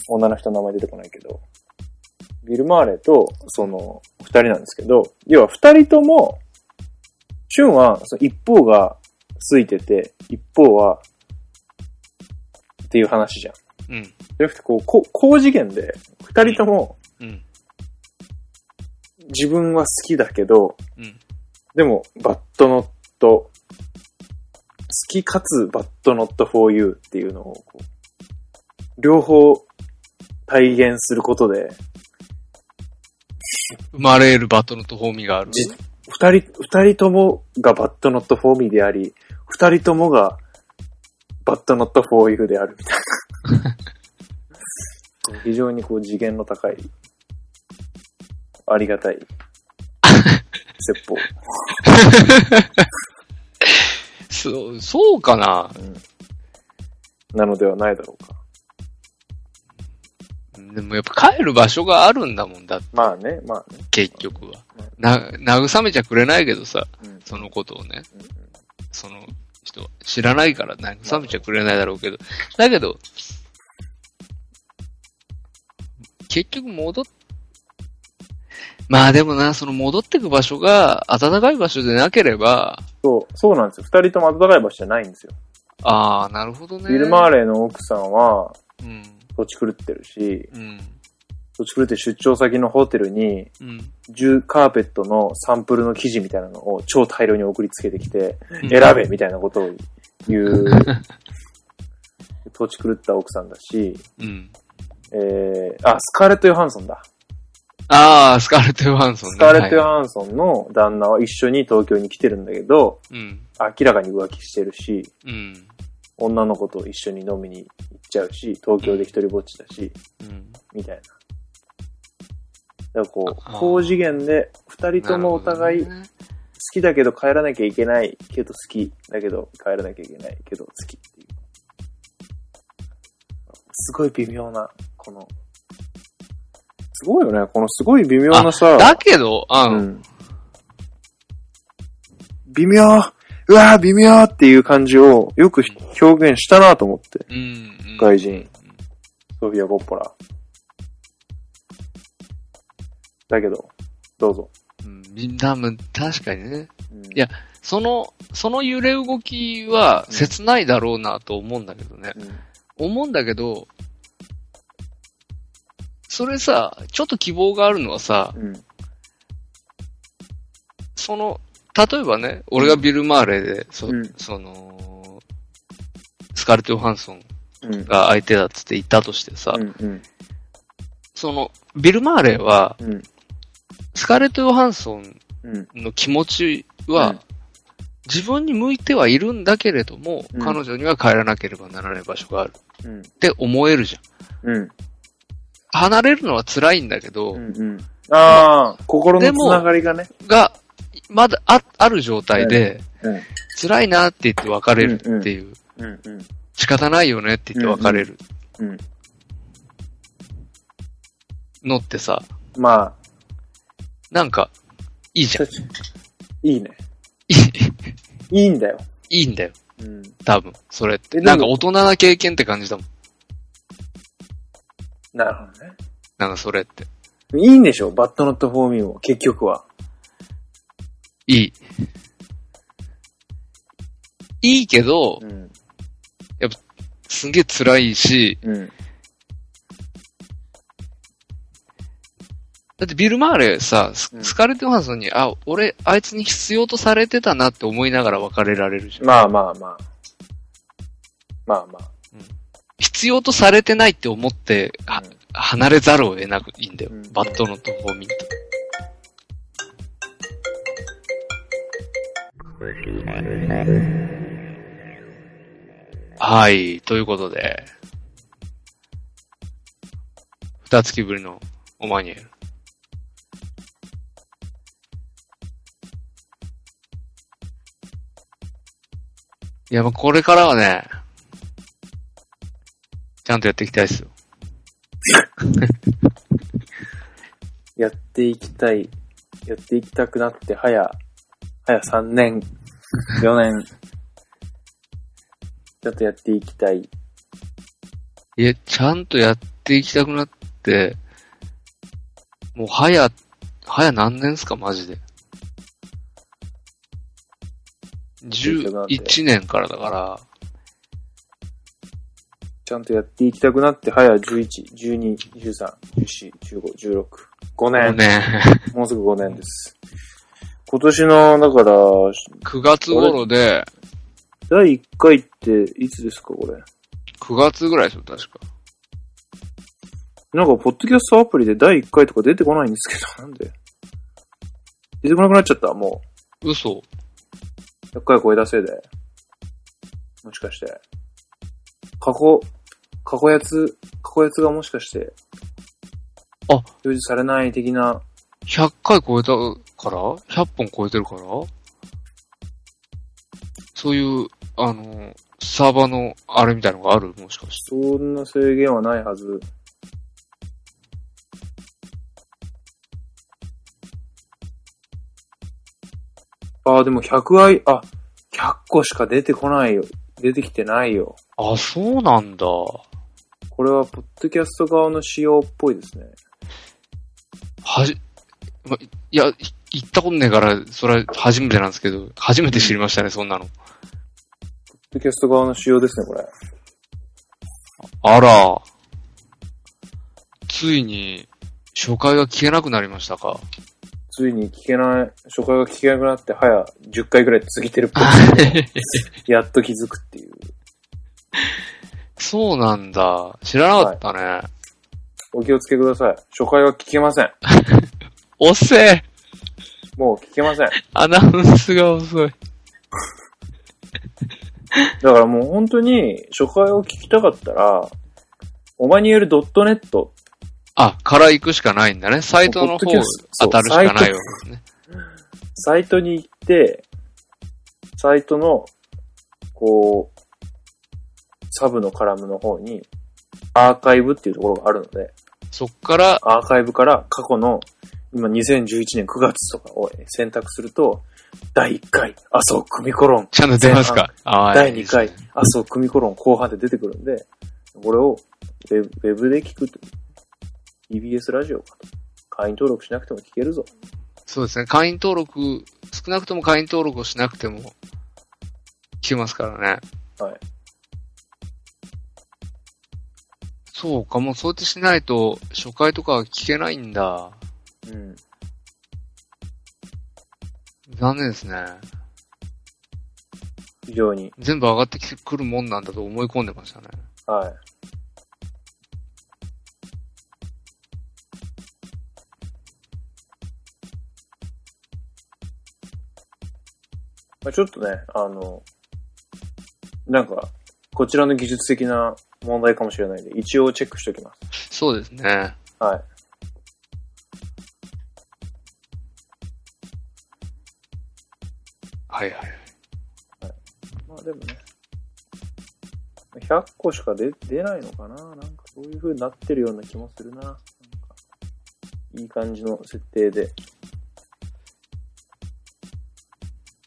S3: 女の人の名前出てこないけど、ビル・マーレと、その、二人なんですけど、要は二人とも、シュンは、その一方がついてて、一方は、っていう話じゃん。
S2: うん。
S3: じゃなくて、こう、こ高次元で、二人とも
S2: うん。
S3: 自分は好きだけど、
S2: うん。
S3: でも、バッドノット、好きかつバッドノット for you っていうのをこう、両方体現することで、
S2: 生まれるバトルとホーミーがある。
S3: じ二人、二人ともがバッドノット for me であり、二人ともがバッドノット for you であるみたいな。非常にこう次元の高い、ありがたい、説法。
S2: そう、そうかな
S3: なのではないだろうか。
S2: でもやっぱ帰る場所があるんだもんだって、
S3: まあね、まあね。
S2: 結局は。な、慰めちゃくれないけどさ、
S3: うん
S2: そのことをね。
S3: うんうん
S2: その人は知らないから慰めちゃくれないだろうけど、だけど、結局戻っ、まあでもな、その戻ってく場所が暖かい場所でなければ、
S3: そう、そうなんですよ。二人とも暖かい場所じゃないんですよ。
S2: ああ、なるほどね。
S3: ビル・マーレの奥さんは
S2: うん、
S3: 土地狂ってるし、
S2: うん、
S3: 土地狂って出張先のホテルに、
S2: うん。
S3: 重カーペットのサンプルの生地みたいなのを超大量に送りつけてきて、選べみたいなことを言う、土地狂った奥さんだし、
S2: うん。
S3: えー、あ、スカーレット・ヨハンソンだ。
S2: ああ、スカーレット・ヨハンソンね。
S3: スカーレット・ヨ
S2: はい
S3: ハンソンの旦那は一緒に東京に来てるんだけど、
S2: うん、
S3: 明らかに浮気してるし、
S2: うん、
S3: 女の子と一緒に飲みに行っちゃうし、東京で一人ぼっちだし、
S2: うん。
S3: みたいな。だからこう
S2: あ、あ
S3: 高次元で、二人ともお互い
S2: なるほどね
S3: 好きだけど帰らなきゃいけないけど好きだけど帰らなきゃいけないけど好きっていう。すごい微妙な、この。すごいよね、このすごい微妙なさ。
S2: だけど、あ
S3: う
S2: の、
S3: ん。微妙うわー微妙っていう感じをよく表現したなと思って、
S2: うん、うん。
S3: 外人。ソフィア・ゴッポラ。だけど、どうぞ。
S2: うん、みんなも、確かにね。
S3: うん
S2: いやその、その揺れ動きは切ないだろうなと思うんだけどね。
S3: うん
S2: 思うんだけど、それさ、ちょっと希望があるのはさ、
S3: うん。
S2: その、例えばね、俺がビル・マーレで、そ,、
S3: うん
S2: その、スカルト・ヨハンソン
S3: うん。
S2: が相手だっつって言ったとしてさ、
S3: うん。うん。
S2: その、ビル・マーレは、
S3: うん。
S2: スカーレット・ヨハンソン
S3: うん。
S2: の気持ちは、
S3: うん
S2: 自分に向いてはいるんだけれども、
S3: うん
S2: 彼女には帰らなければならない場所がある
S3: うん。
S2: って思えるじゃん。
S3: うん。
S2: 離れるのは辛いんだけど、
S3: うんうん。ああ、心のつながりがね。
S2: が、まだあある状態で、
S3: うん
S2: 辛いなって言って別れるっていう、
S3: うんうん。
S2: 仕方ないよねって言って別れる。
S3: うんうんうん
S2: のってさ、
S3: まあ、
S2: なんか、いいじゃん。
S3: ちょいいね。
S2: いい
S3: いいんだよ。
S2: いいんだよ。
S3: うん。
S2: 多分、それって。
S3: えで
S2: な
S3: も
S2: んか大人な経験って感じだもん。
S3: なるほどね。
S2: なんかそれって。
S3: いいんでしょバッドノットフォーミーも、結局は。
S2: いい。いいけど
S3: う、ん。
S2: すげえ辛いし、
S3: うん。
S2: だってビル・マーレさ、ス
S3: うん
S2: スカーレット・ヨハンソンに、あ、俺、あいつに必要とされてたなって思いながら別れられるじゃん。
S3: まあまあまあ。まあまあ。
S2: 必要とされてないって思って、は
S3: うん
S2: 離れざるを得なくいいんだよ。
S3: うん
S2: バットの途方にと。はい、ということで、二月ぶりのオマニエル。いや、まあこれからはね、ちゃんとやっていきたいですよ。
S3: やっていきたい。やっていきたくなって、はや、はや3年、4年。ちょっとやっていきたい。
S2: いや、ちゃんとやっていきたくなって、もう早、早何年ですか、マジで。11年からだから、
S3: ちゃんとやっていきたくなって、はや11、12、13、14、15、16。5
S2: もう
S3: 年。
S2: ね、
S3: もうすぐ5年です。今年の、だから、
S2: 9月頃で、
S3: 第1回っていつですか、これ。
S2: 9月ぐらいですよ、確か。
S3: なんか、ポッドキャストアプリで第1回とか出てこないんですけど、なんで。出てこなくなっちゃった、も
S2: 嘘。
S3: う。100回超えたせいで。もしかして。過去、過去やつ、過去やつがもしかして、
S2: あ
S3: 表示されない的な、
S2: 100回超えたから ?100 本超えてるからそういう、あの、サーバーのあれみたいなのがあるもしかして。
S3: そんな制限はないはず。ああ、でも100愛、あ、100個しか出てこないよ。出てきてないよ。
S2: あ、そうなんだ。
S3: これは、ポッドキャスト側の仕様っぽいですね。
S2: はじ、ま、いや、い行ったことねえから、それは初めてなんですけど、初めて知りましたね、そんなの。
S3: ポッドキャスト側の仕様ですね、これ。
S2: あら。ついに、初回が消えなくなりましたか。
S3: ついに聞けない、初回が聞けなくなって、早10回ぐらい続けてるっぽい。 やっと気づくっていう。
S2: そうなんだ。知らなかったね。
S3: お気をつけください。初回は聞けません。
S2: おっせえ
S3: もう聞けません。
S2: アナウンスが遅い。
S3: だからもう本当に初回を聞きたかったら、オマニュエル .net
S2: あ、から行くしかないんだね。サイトの
S3: ポッド
S2: 方
S3: キャスト
S2: 当たるしかないわけですね。
S3: サイトに行って、サイトの、こう、サブのカラムの方に、アーカイブっていうところがあるので、
S2: そっから、
S3: アーカイブから過去の、今2011年9月とかを選択すると、第1回、麻生久美子論、
S2: ちゃんと出ますか。あー
S3: 第
S2: いいで
S3: 2
S2: すね
S3: 回、麻生久美子論後半で出てくるんで、これをウェブウェブで聞くと。EBS ラジオかと。会員登録しなくても聞けるぞ。
S2: そうですね。会員登録、少なくとも会員登録をしなくても、聞けますからね。
S3: はい。
S2: そうか、もうそうやってしないと、初回とかは聞けないんだ。
S3: うん。
S2: 残念ですね。
S3: 非常に。
S2: 全部上がってきてくるもんなんだと思い込んでましたね。
S3: はい。まあ、ちょっとね、あの、なんか、こちらの技術的な問題かもしれないんで、一応チェックしておきます。
S2: そうですね。
S3: はい。
S2: はいはい。
S3: まあでもね、100個しか出出ないのかななんかそういう風になってるような気もするな。なんかいい感じの設定で。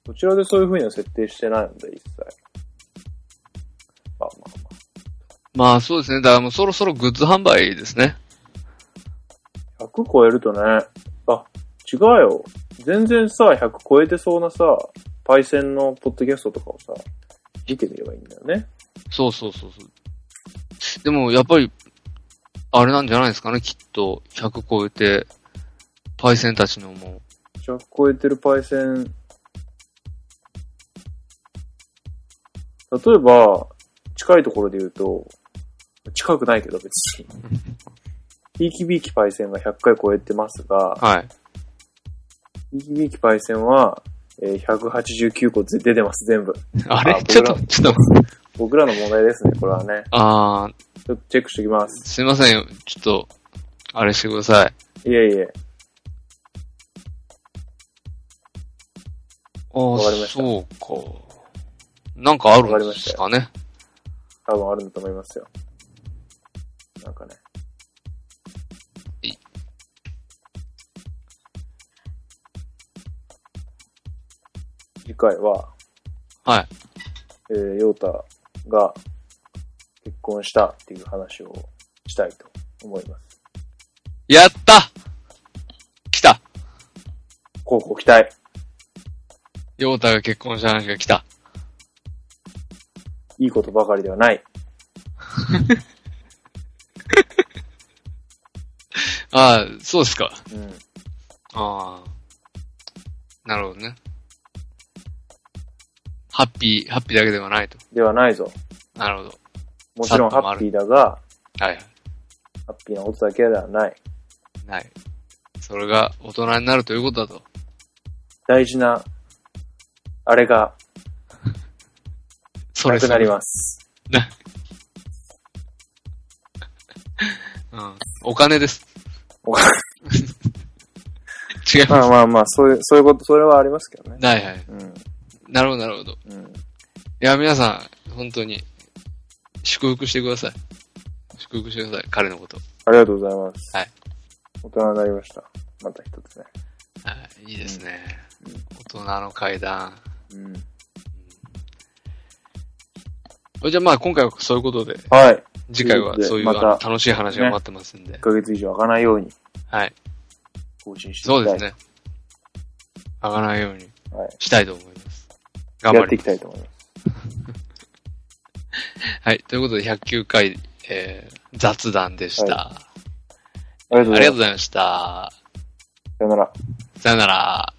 S3: こちらでそういう風には設定してないので、一切。まあまあま
S2: まあそうですね。だからもうそろそろグッズ販売ですね。
S3: あ。100超えるとね、あ、違うよ。全然さ、100超えてそうなさ、パイセンのポッドキャストとかをさ、見てみればいいんだよね。
S2: そうそうそうそう。でもやっぱり、あれなんじゃないですかね、きっと。100超えて、パイセンたちのも
S3: 100超えてるパイセン。例えば、近いところで言うと、近くないけど別に。ひいきびいきパイセンが100回超えてますが
S2: う、、はい。
S3: ひいきびいきパイセンは、えー189個出てます、全部。
S2: あれ
S3: あ
S2: ちょっと
S3: 僕、
S2: ちょっと、
S3: 僕らの問題ですね、これはね。
S2: あー、
S3: ちょっとチェックしておきます。
S2: すいませんよ。ちょっと、あれしてください。
S3: いえいえ。
S2: ああ
S3: わかりました
S2: そうか。なんかあるんですかね。
S3: 多分あるんだと思いますよ。なんかね。
S2: い
S3: 次回は、
S2: はい。
S3: えー、ヨータが結婚したっていう話をしたいと思います。
S2: やった来た
S3: こうご期待。
S2: ヨータが結婚した話が来た。
S3: いいことばかりではない。
S2: ああ、そうですか。
S3: うん。
S2: ああ。なるほどね。ハッピー、ハッピーだけではないと。
S3: ではないぞ。
S2: なるほど。
S3: もちろんハ
S2: サッともあ
S3: ッ
S2: る
S3: ピーだが、
S2: はい。
S3: ハッピーなことだけではない。
S2: ない。それが大人になるということだと。
S3: 大事な、あれが
S2: そ
S3: な
S2: れ
S3: くなり
S2: す。
S3: ます。
S2: うん。お金です。
S3: お金
S2: 違 います。
S3: まあまあまあ、そういう、そういうこと、それはありますけどね。
S2: はいはい。
S3: うん。
S2: なるほど、なるほど。
S3: うん。
S2: いや、皆さん、本当に、祝福してください。祝福してください、彼のこと。
S3: ありがとうございます。
S2: はい。
S3: 大人になりました。また一つね。
S2: はい、いいですね
S3: うん。
S2: 大人の階段。
S3: うん。
S2: それじゃあまあ今回はそういうことで、
S3: はい。
S2: 次回はそういうあ
S3: ま
S2: の
S3: た
S2: 楽しい話が待ってますんで。
S3: 1ヶ月以上開かないように
S2: はい。
S3: 更新していきたい。
S2: そうですね。上がらないように
S3: はい。
S2: したいと思います。頑
S3: や
S2: 張
S3: ってい
S2: り
S3: きた
S2: ま
S3: い
S2: す。
S3: と思います。
S2: はい。ということで109回、えー、雑談でした、
S3: ありがとう
S2: あ
S3: ご
S2: り
S3: ざい
S2: が
S3: ま
S2: とうご
S3: す。
S2: ざいました。
S3: さよなら。
S2: さよなら。